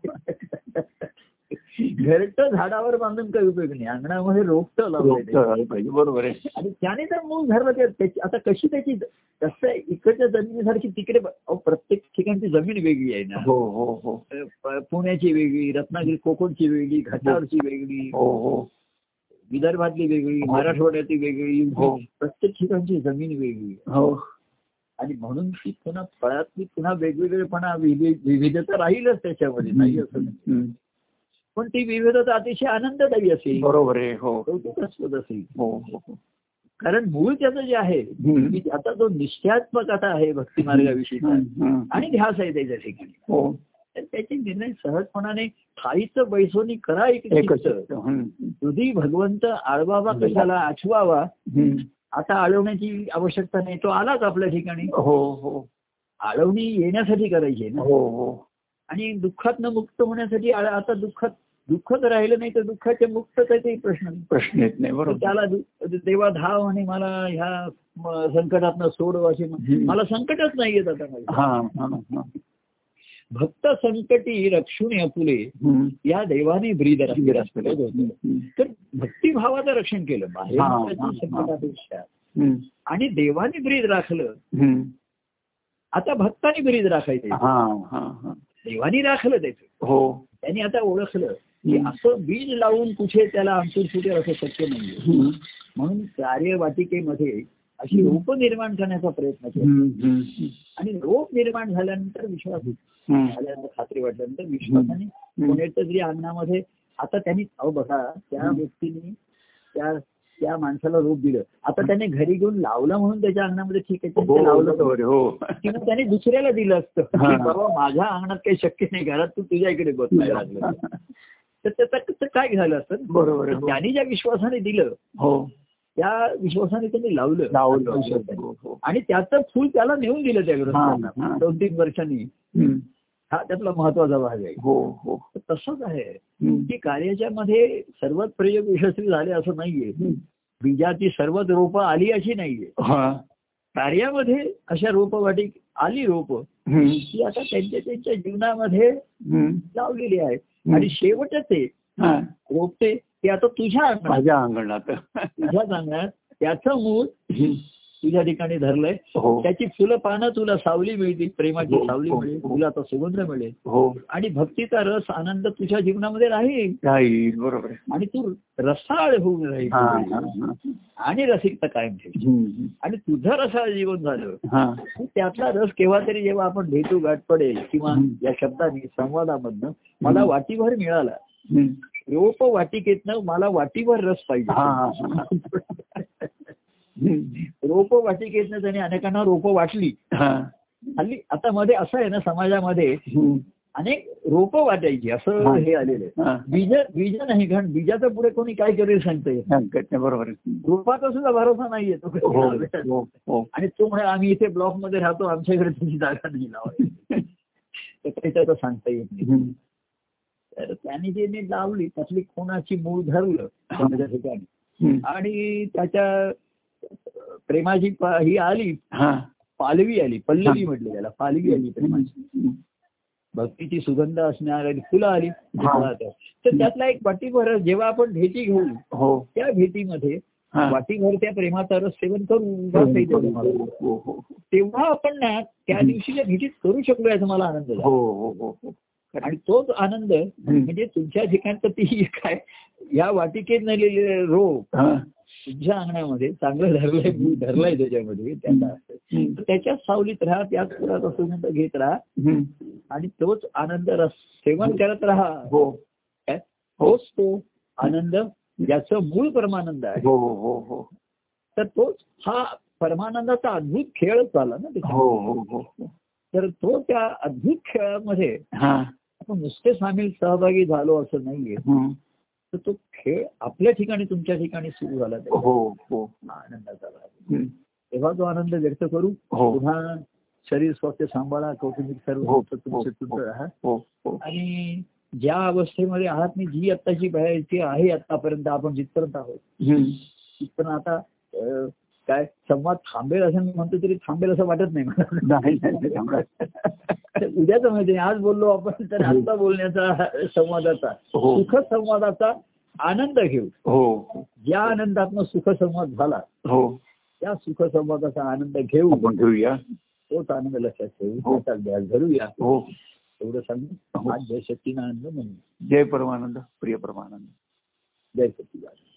[SPEAKER 1] घरट झाडावर बांधून काही उपयोग नाही अंगणामध्ये रोपट
[SPEAKER 2] रोपट
[SPEAKER 1] लावले
[SPEAKER 2] झालं पाहिजे बरोबर आहे
[SPEAKER 1] आणि त्याने तर मूळ धरलं ते त्याची- आता कशी त्याची कसं आहे, इकडच्या जमिनीसारखी तिकडे ब- अहो, प्रत्येक ठिकाणची जमीन वेगळी आहे ना
[SPEAKER 2] हो हो हो
[SPEAKER 1] अ, प- पुण्याची वेगळी रत्नागिरी कोकणची वेगळी घाटावरची वेगळी
[SPEAKER 2] हो हो
[SPEAKER 1] विदर्भातली वेगळी
[SPEAKER 2] हो.
[SPEAKER 1] मराठवाड्यातली वेगळी
[SPEAKER 2] हो.
[SPEAKER 1] प्रत्येक ठिकाणची जमीन वेगळी आहे.
[SPEAKER 2] हो
[SPEAKER 1] आणि म्हणून ती पुन्हा फळातली पुन्हा वेगवेगळेपणा विवि- विविधता राहीलच त्याच्यामध्ये नाही असं नाही.
[SPEAKER 2] हम्म.
[SPEAKER 1] पण ती विविधता अतिशय आनंददायी असेल
[SPEAKER 2] बरोबर आहे हो
[SPEAKER 1] कौतुकास्पद असेल
[SPEAKER 2] हो हो हो.
[SPEAKER 1] कारण मूळ त्याचं जे आहे
[SPEAKER 2] हम्म.
[SPEAKER 1] की आता जो निश्चयात्मक आता आहे भक्ती मार्गाविषयी
[SPEAKER 2] हम्म, हम्म.
[SPEAKER 1] आणि ध्यास आहे त्याच्या ठिकाणी
[SPEAKER 2] हो
[SPEAKER 1] तर त्याचे निर्णय सहजपणाने ठाईचं बैसोनी करा
[SPEAKER 2] एकच
[SPEAKER 1] एक
[SPEAKER 2] हम्म.
[SPEAKER 1] तुझी भगवंत आळवावा कशाला आठवावा
[SPEAKER 2] हम्म.
[SPEAKER 1] आता आळवण्याची आवश्यकता नाही तो आलाच आपल्या ठिकाणी
[SPEAKER 2] हो हो
[SPEAKER 1] आळवणी येण्यासाठी करायची आहे ना
[SPEAKER 2] हो हो
[SPEAKER 1] आणि दुःखात मुक्त होण्यासाठी आ- आता दुःखात दुःखच राहिलं नाही तर दुःखाचे मुक्त काही प्रश्न नाही.
[SPEAKER 2] प्रश्न येत नाही
[SPEAKER 1] तर
[SPEAKER 2] बरोबर
[SPEAKER 1] त्याला दु- देवा धाव आणि मला ह्या संकटात सोडव असे म-
[SPEAKER 2] हम्म.
[SPEAKER 1] मला संकटच नाही येत आता मला.
[SPEAKER 2] हा हा हा
[SPEAKER 1] भक्त संकटी रक्षुणे अपुले
[SPEAKER 2] हम्म.
[SPEAKER 1] या देवाने ब्रीद
[SPEAKER 2] हम्म.
[SPEAKER 1] तर भक्तिभावाचं रक्षण केलं बाहेर
[SPEAKER 2] हा,
[SPEAKER 1] लोकांच्या
[SPEAKER 2] हा,
[SPEAKER 1] संकटापेक्षा.
[SPEAKER 2] हम्म.
[SPEAKER 1] आणि देवाने ब्रीद राखलं
[SPEAKER 2] हम्म.
[SPEAKER 1] आता भक्ताने ब्रीद राखायचं
[SPEAKER 2] हा हा हा
[SPEAKER 1] देवानी राखलं त्याचं
[SPEAKER 2] हो
[SPEAKER 1] त्यांनी आता ओळखलं की
[SPEAKER 2] हम्म.
[SPEAKER 1] असं बीज लावून कुठे त्याला आमचूर सुटेल असं शक्य नाहीये
[SPEAKER 2] हम्म.
[SPEAKER 1] म्हणून कार्यवाटिकेमध्ये अशी
[SPEAKER 2] हम्म.
[SPEAKER 1] रोप निर्माण करण्याचा प्रयत्न केला
[SPEAKER 2] हम्म. हम्म.
[SPEAKER 1] आणि रोप निर्माण झाल्यानंतर विश्वास
[SPEAKER 2] हम्म.
[SPEAKER 1] झाल्यानंतर खात्री वाटल्यानंतर विश्वासाने
[SPEAKER 2] हम्म.
[SPEAKER 1] कोणाच्या तरी अंगणामध्ये आता त्यांनी अहो बघा त्या
[SPEAKER 2] हम्म.
[SPEAKER 1] व्यक्तीने त्या त्या माणसाला रोप दिलं आता त्याने घरी घेऊन लावलं म्हणून त्याच्या अंगणामध्ये ठीक आहे
[SPEAKER 2] हो
[SPEAKER 1] ते लावलं
[SPEAKER 2] बरोबर आहे, हो
[SPEAKER 1] किंवा त्याने दुसऱ्याला दिलं असतं
[SPEAKER 2] हा.
[SPEAKER 1] की बाबा माझ्या अंगणात काही शक्य नाही घरात तू तुझ्या इकडे बस नाही लागलं
[SPEAKER 2] <laughs>
[SPEAKER 1] तर त्याचं त्याचं काय झालं असतं
[SPEAKER 2] बरोबर आहे,
[SPEAKER 1] तर
[SPEAKER 2] हो.
[SPEAKER 1] त्यांनी ज्या विश्वासाने दिलं
[SPEAKER 2] हो
[SPEAKER 1] त्या विश्वासाने त्यांनी लावलं
[SPEAKER 2] लावलं
[SPEAKER 1] विश्वासाने.
[SPEAKER 2] हो, हो.
[SPEAKER 1] आणि त्याचं फुल त्याला नेऊन दिलं त्या
[SPEAKER 2] हा,
[SPEAKER 1] ग्रंथांना
[SPEAKER 2] हा.
[SPEAKER 1] दोन तीन वर्षांनी
[SPEAKER 2] हम्म.
[SPEAKER 1] हा त्यातला महत्वाचा भाग आहे
[SPEAKER 2] हो हो
[SPEAKER 1] तर तसंच आहे
[SPEAKER 2] हम्म.
[SPEAKER 1] की कार्याच्या मध्ये सर्वच प्रयोग यशस्वी झाले असं नाहीये
[SPEAKER 2] हम्म.
[SPEAKER 1] बीजाची सर्वच रोपं आली अशी नाहीये
[SPEAKER 2] हा
[SPEAKER 1] कार्यामध्ये अशा रोपवाटी आली रोप
[SPEAKER 2] हम्म.
[SPEAKER 1] ही आता त्यांच्या त्यांच्या जीवनामध्ये
[SPEAKER 2] हम्म.
[SPEAKER 1] लावलेली आहेत आणि शेवटच ते
[SPEAKER 2] हा.
[SPEAKER 1] रोपटे ते आता तुझ्या अंगणात
[SPEAKER 2] माझ्या अंगणात
[SPEAKER 1] तुझ्या अंगणात त्याचं मूळ
[SPEAKER 2] हम्म.
[SPEAKER 1] तुझ्या ठिकाणी धरलंय
[SPEAKER 2] हो
[SPEAKER 1] त्याची फुलं पानं तुला सावली मिळतील प्रेमाची
[SPEAKER 2] हो,
[SPEAKER 1] सावली
[SPEAKER 2] हो,
[SPEAKER 1] मिळेल
[SPEAKER 2] हो.
[SPEAKER 1] फुलाचा सुगंध मिळेल
[SPEAKER 2] हो
[SPEAKER 1] आणि भक्तीचा रस आनंद तुझ्या जीवनामध्ये राहील
[SPEAKER 2] राहील बरोबर आहे.
[SPEAKER 1] आणि तू रसाळ होऊन
[SPEAKER 2] हा, हा,
[SPEAKER 1] राहील
[SPEAKER 2] हा.
[SPEAKER 1] आणि रसिकता कायम ठेवी
[SPEAKER 2] हम्म.
[SPEAKER 1] आणि तुझं रसाळ जीवन झालं
[SPEAKER 2] हा.
[SPEAKER 1] की त्यातला रस केव्हा तरी जेव्हा आपण भेटू गाठ पडेल किंवा
[SPEAKER 2] हम्म.
[SPEAKER 1] या शब्दाने संवादामधनं मला वाटीभर मिळाला
[SPEAKER 2] हम्म.
[SPEAKER 1] रोप वाटिकेतनं मला वाटीभर रस
[SPEAKER 2] हा,
[SPEAKER 1] पाहिजे
[SPEAKER 2] हा, हा. हम्म.
[SPEAKER 1] रोप वाटिकेतनं त्याने अनेकांना रोप वाटली
[SPEAKER 2] हा.
[SPEAKER 1] हल्ली आता मध्ये असं आहे ना समाजामध्ये
[SPEAKER 2] हम्म.
[SPEAKER 1] अनेक रोप वाटायची असं
[SPEAKER 2] हा.
[SPEAKER 1] हे आलेलं आहे
[SPEAKER 2] हा.
[SPEAKER 1] बीज बीज नाही कारण बीजाचं पुढे कोणी काय करेल सांगता येईल
[SPEAKER 2] संकट नाही, बरोबर आहे.
[SPEAKER 1] रोपाचा सुद्धा भरोसा नाहीये तो कधी
[SPEAKER 2] हो
[SPEAKER 1] लावेल.
[SPEAKER 2] हो हो
[SPEAKER 1] आणि तो म्हणे आम्ही इथे ब्लॉक मध्ये राहतो आमच्याकडे तुझी जागा नाही लावायची <laughs> तर काही त्याचं सांगता येत नाही
[SPEAKER 2] हम्म.
[SPEAKER 1] तर त्याने जे नीट लावली त्यातली कोणाची मूळ धरलं
[SPEAKER 2] हा.
[SPEAKER 1] त्याच्या ठिकाणी
[SPEAKER 2] हम्म.
[SPEAKER 1] आणि त्याच्या प्रेमाची पा- ही आली
[SPEAKER 2] हा.
[SPEAKER 1] पालवी आली पल्लवी
[SPEAKER 2] हा.
[SPEAKER 1] म्हटली त्याला पालवी आली प्रेमाची भक्तीची सुगंध असणार आणि फुलं आली फुलं आल्या. तर त्यातला एक वाटीभर जेव्हा आपण भेटी घेऊ
[SPEAKER 2] हो
[SPEAKER 1] त्या भेटीमध्ये
[SPEAKER 2] हा.
[SPEAKER 1] वाटीभर त्या प्रेमाचा रस सेवन करू असं
[SPEAKER 2] हो,
[SPEAKER 1] इथे मला.
[SPEAKER 2] हो, हो.
[SPEAKER 1] तेव्हा आपण ना त्या
[SPEAKER 2] हं.
[SPEAKER 1] दिवशीच्या भेटीत करू शकलो याचा मला आनंद झाला
[SPEAKER 2] हो हो हो हो
[SPEAKER 1] आणि तोच आनंद म्हणजे तुमच्या ठिकाणचं ती <laughs> काय या वाटिकेत नेलेले रोप
[SPEAKER 2] हा.
[SPEAKER 1] तुझ्या अंगणामध्ये चांगलं धरलंय मी धरलंय त्याच्यामध्ये त्याला तर त्याच्या सावलीत राहा त्याच फुलाचा सुगंध घेत राहा
[SPEAKER 2] हम्म.
[SPEAKER 1] आणि तोच आनंद रस सेवन करत राहा
[SPEAKER 2] हो
[SPEAKER 1] काय? तोच तो आनंद ज्याचं मूळ परमानंद आहे
[SPEAKER 2] हो हो हो
[SPEAKER 1] तर तोच हा परमानंदाचा अद्भुत खेळ झाला ना त्याच्यात.
[SPEAKER 2] हो हो हो हो
[SPEAKER 1] तर तो त्या अद्भुत खेळामध्ये
[SPEAKER 2] हा
[SPEAKER 1] आपण नुसते सामील सहभागी झालो असं नाहीये
[SPEAKER 2] हम्म.
[SPEAKER 1] तर तो खेळ आपल्या ठिकाणी तुमच्या ठिकाणी सुरू झाला
[SPEAKER 2] हो
[SPEAKER 1] तेव्हा
[SPEAKER 2] हो
[SPEAKER 1] आनंदाचा भाग
[SPEAKER 2] हम्म.
[SPEAKER 1] तेव्हा तो आनंद व्यक्त करू
[SPEAKER 2] हो
[SPEAKER 1] पुन्हा शरीर स्वास्थ्य सांभाळा कौटुंबिक सर्व
[SPEAKER 2] हो,
[SPEAKER 1] तुमचं- तुमचं
[SPEAKER 2] हो,
[SPEAKER 1] तुमचं राहा
[SPEAKER 2] हो हो
[SPEAKER 1] आणि ज्या अवस्थेमध्ये आहात मी जी आत्ताची पाहिजे आहे आतापर्यंत आपण जिथपर्यंत आहोत
[SPEAKER 2] हम्म.
[SPEAKER 1] पण आता अं, काय संवाद थांबेल असं मी म्हणतो तरी थांबेल असं वाटत नाही मला <laughs>
[SPEAKER 2] नाही नाही, नाही, थांबणार.
[SPEAKER 1] तर उद्याचं माहिती नाही आज बोललो आपण तर आता बोलण्याचा <laughs> संवादाचा
[SPEAKER 2] हो.
[SPEAKER 1] सुख संवादाचा आनंद घेऊ
[SPEAKER 2] हो
[SPEAKER 1] ज्या आनंदातनं सुख संवाद झाला
[SPEAKER 2] हो
[SPEAKER 1] त्या सुख संवादाचा आनंद घेऊ
[SPEAKER 2] आपण घेऊया तोच
[SPEAKER 1] तोच आनंद लक्षात
[SPEAKER 2] हो.
[SPEAKER 1] ठेवू त्याचा ध्यास धरूया
[SPEAKER 2] हो
[SPEAKER 1] एवढं सांगू
[SPEAKER 2] हो.
[SPEAKER 1] आज जय शक्तीनारायण म्हणून
[SPEAKER 2] जय परमानंद प्रिय परमानंद
[SPEAKER 1] जय शक्तीनारायण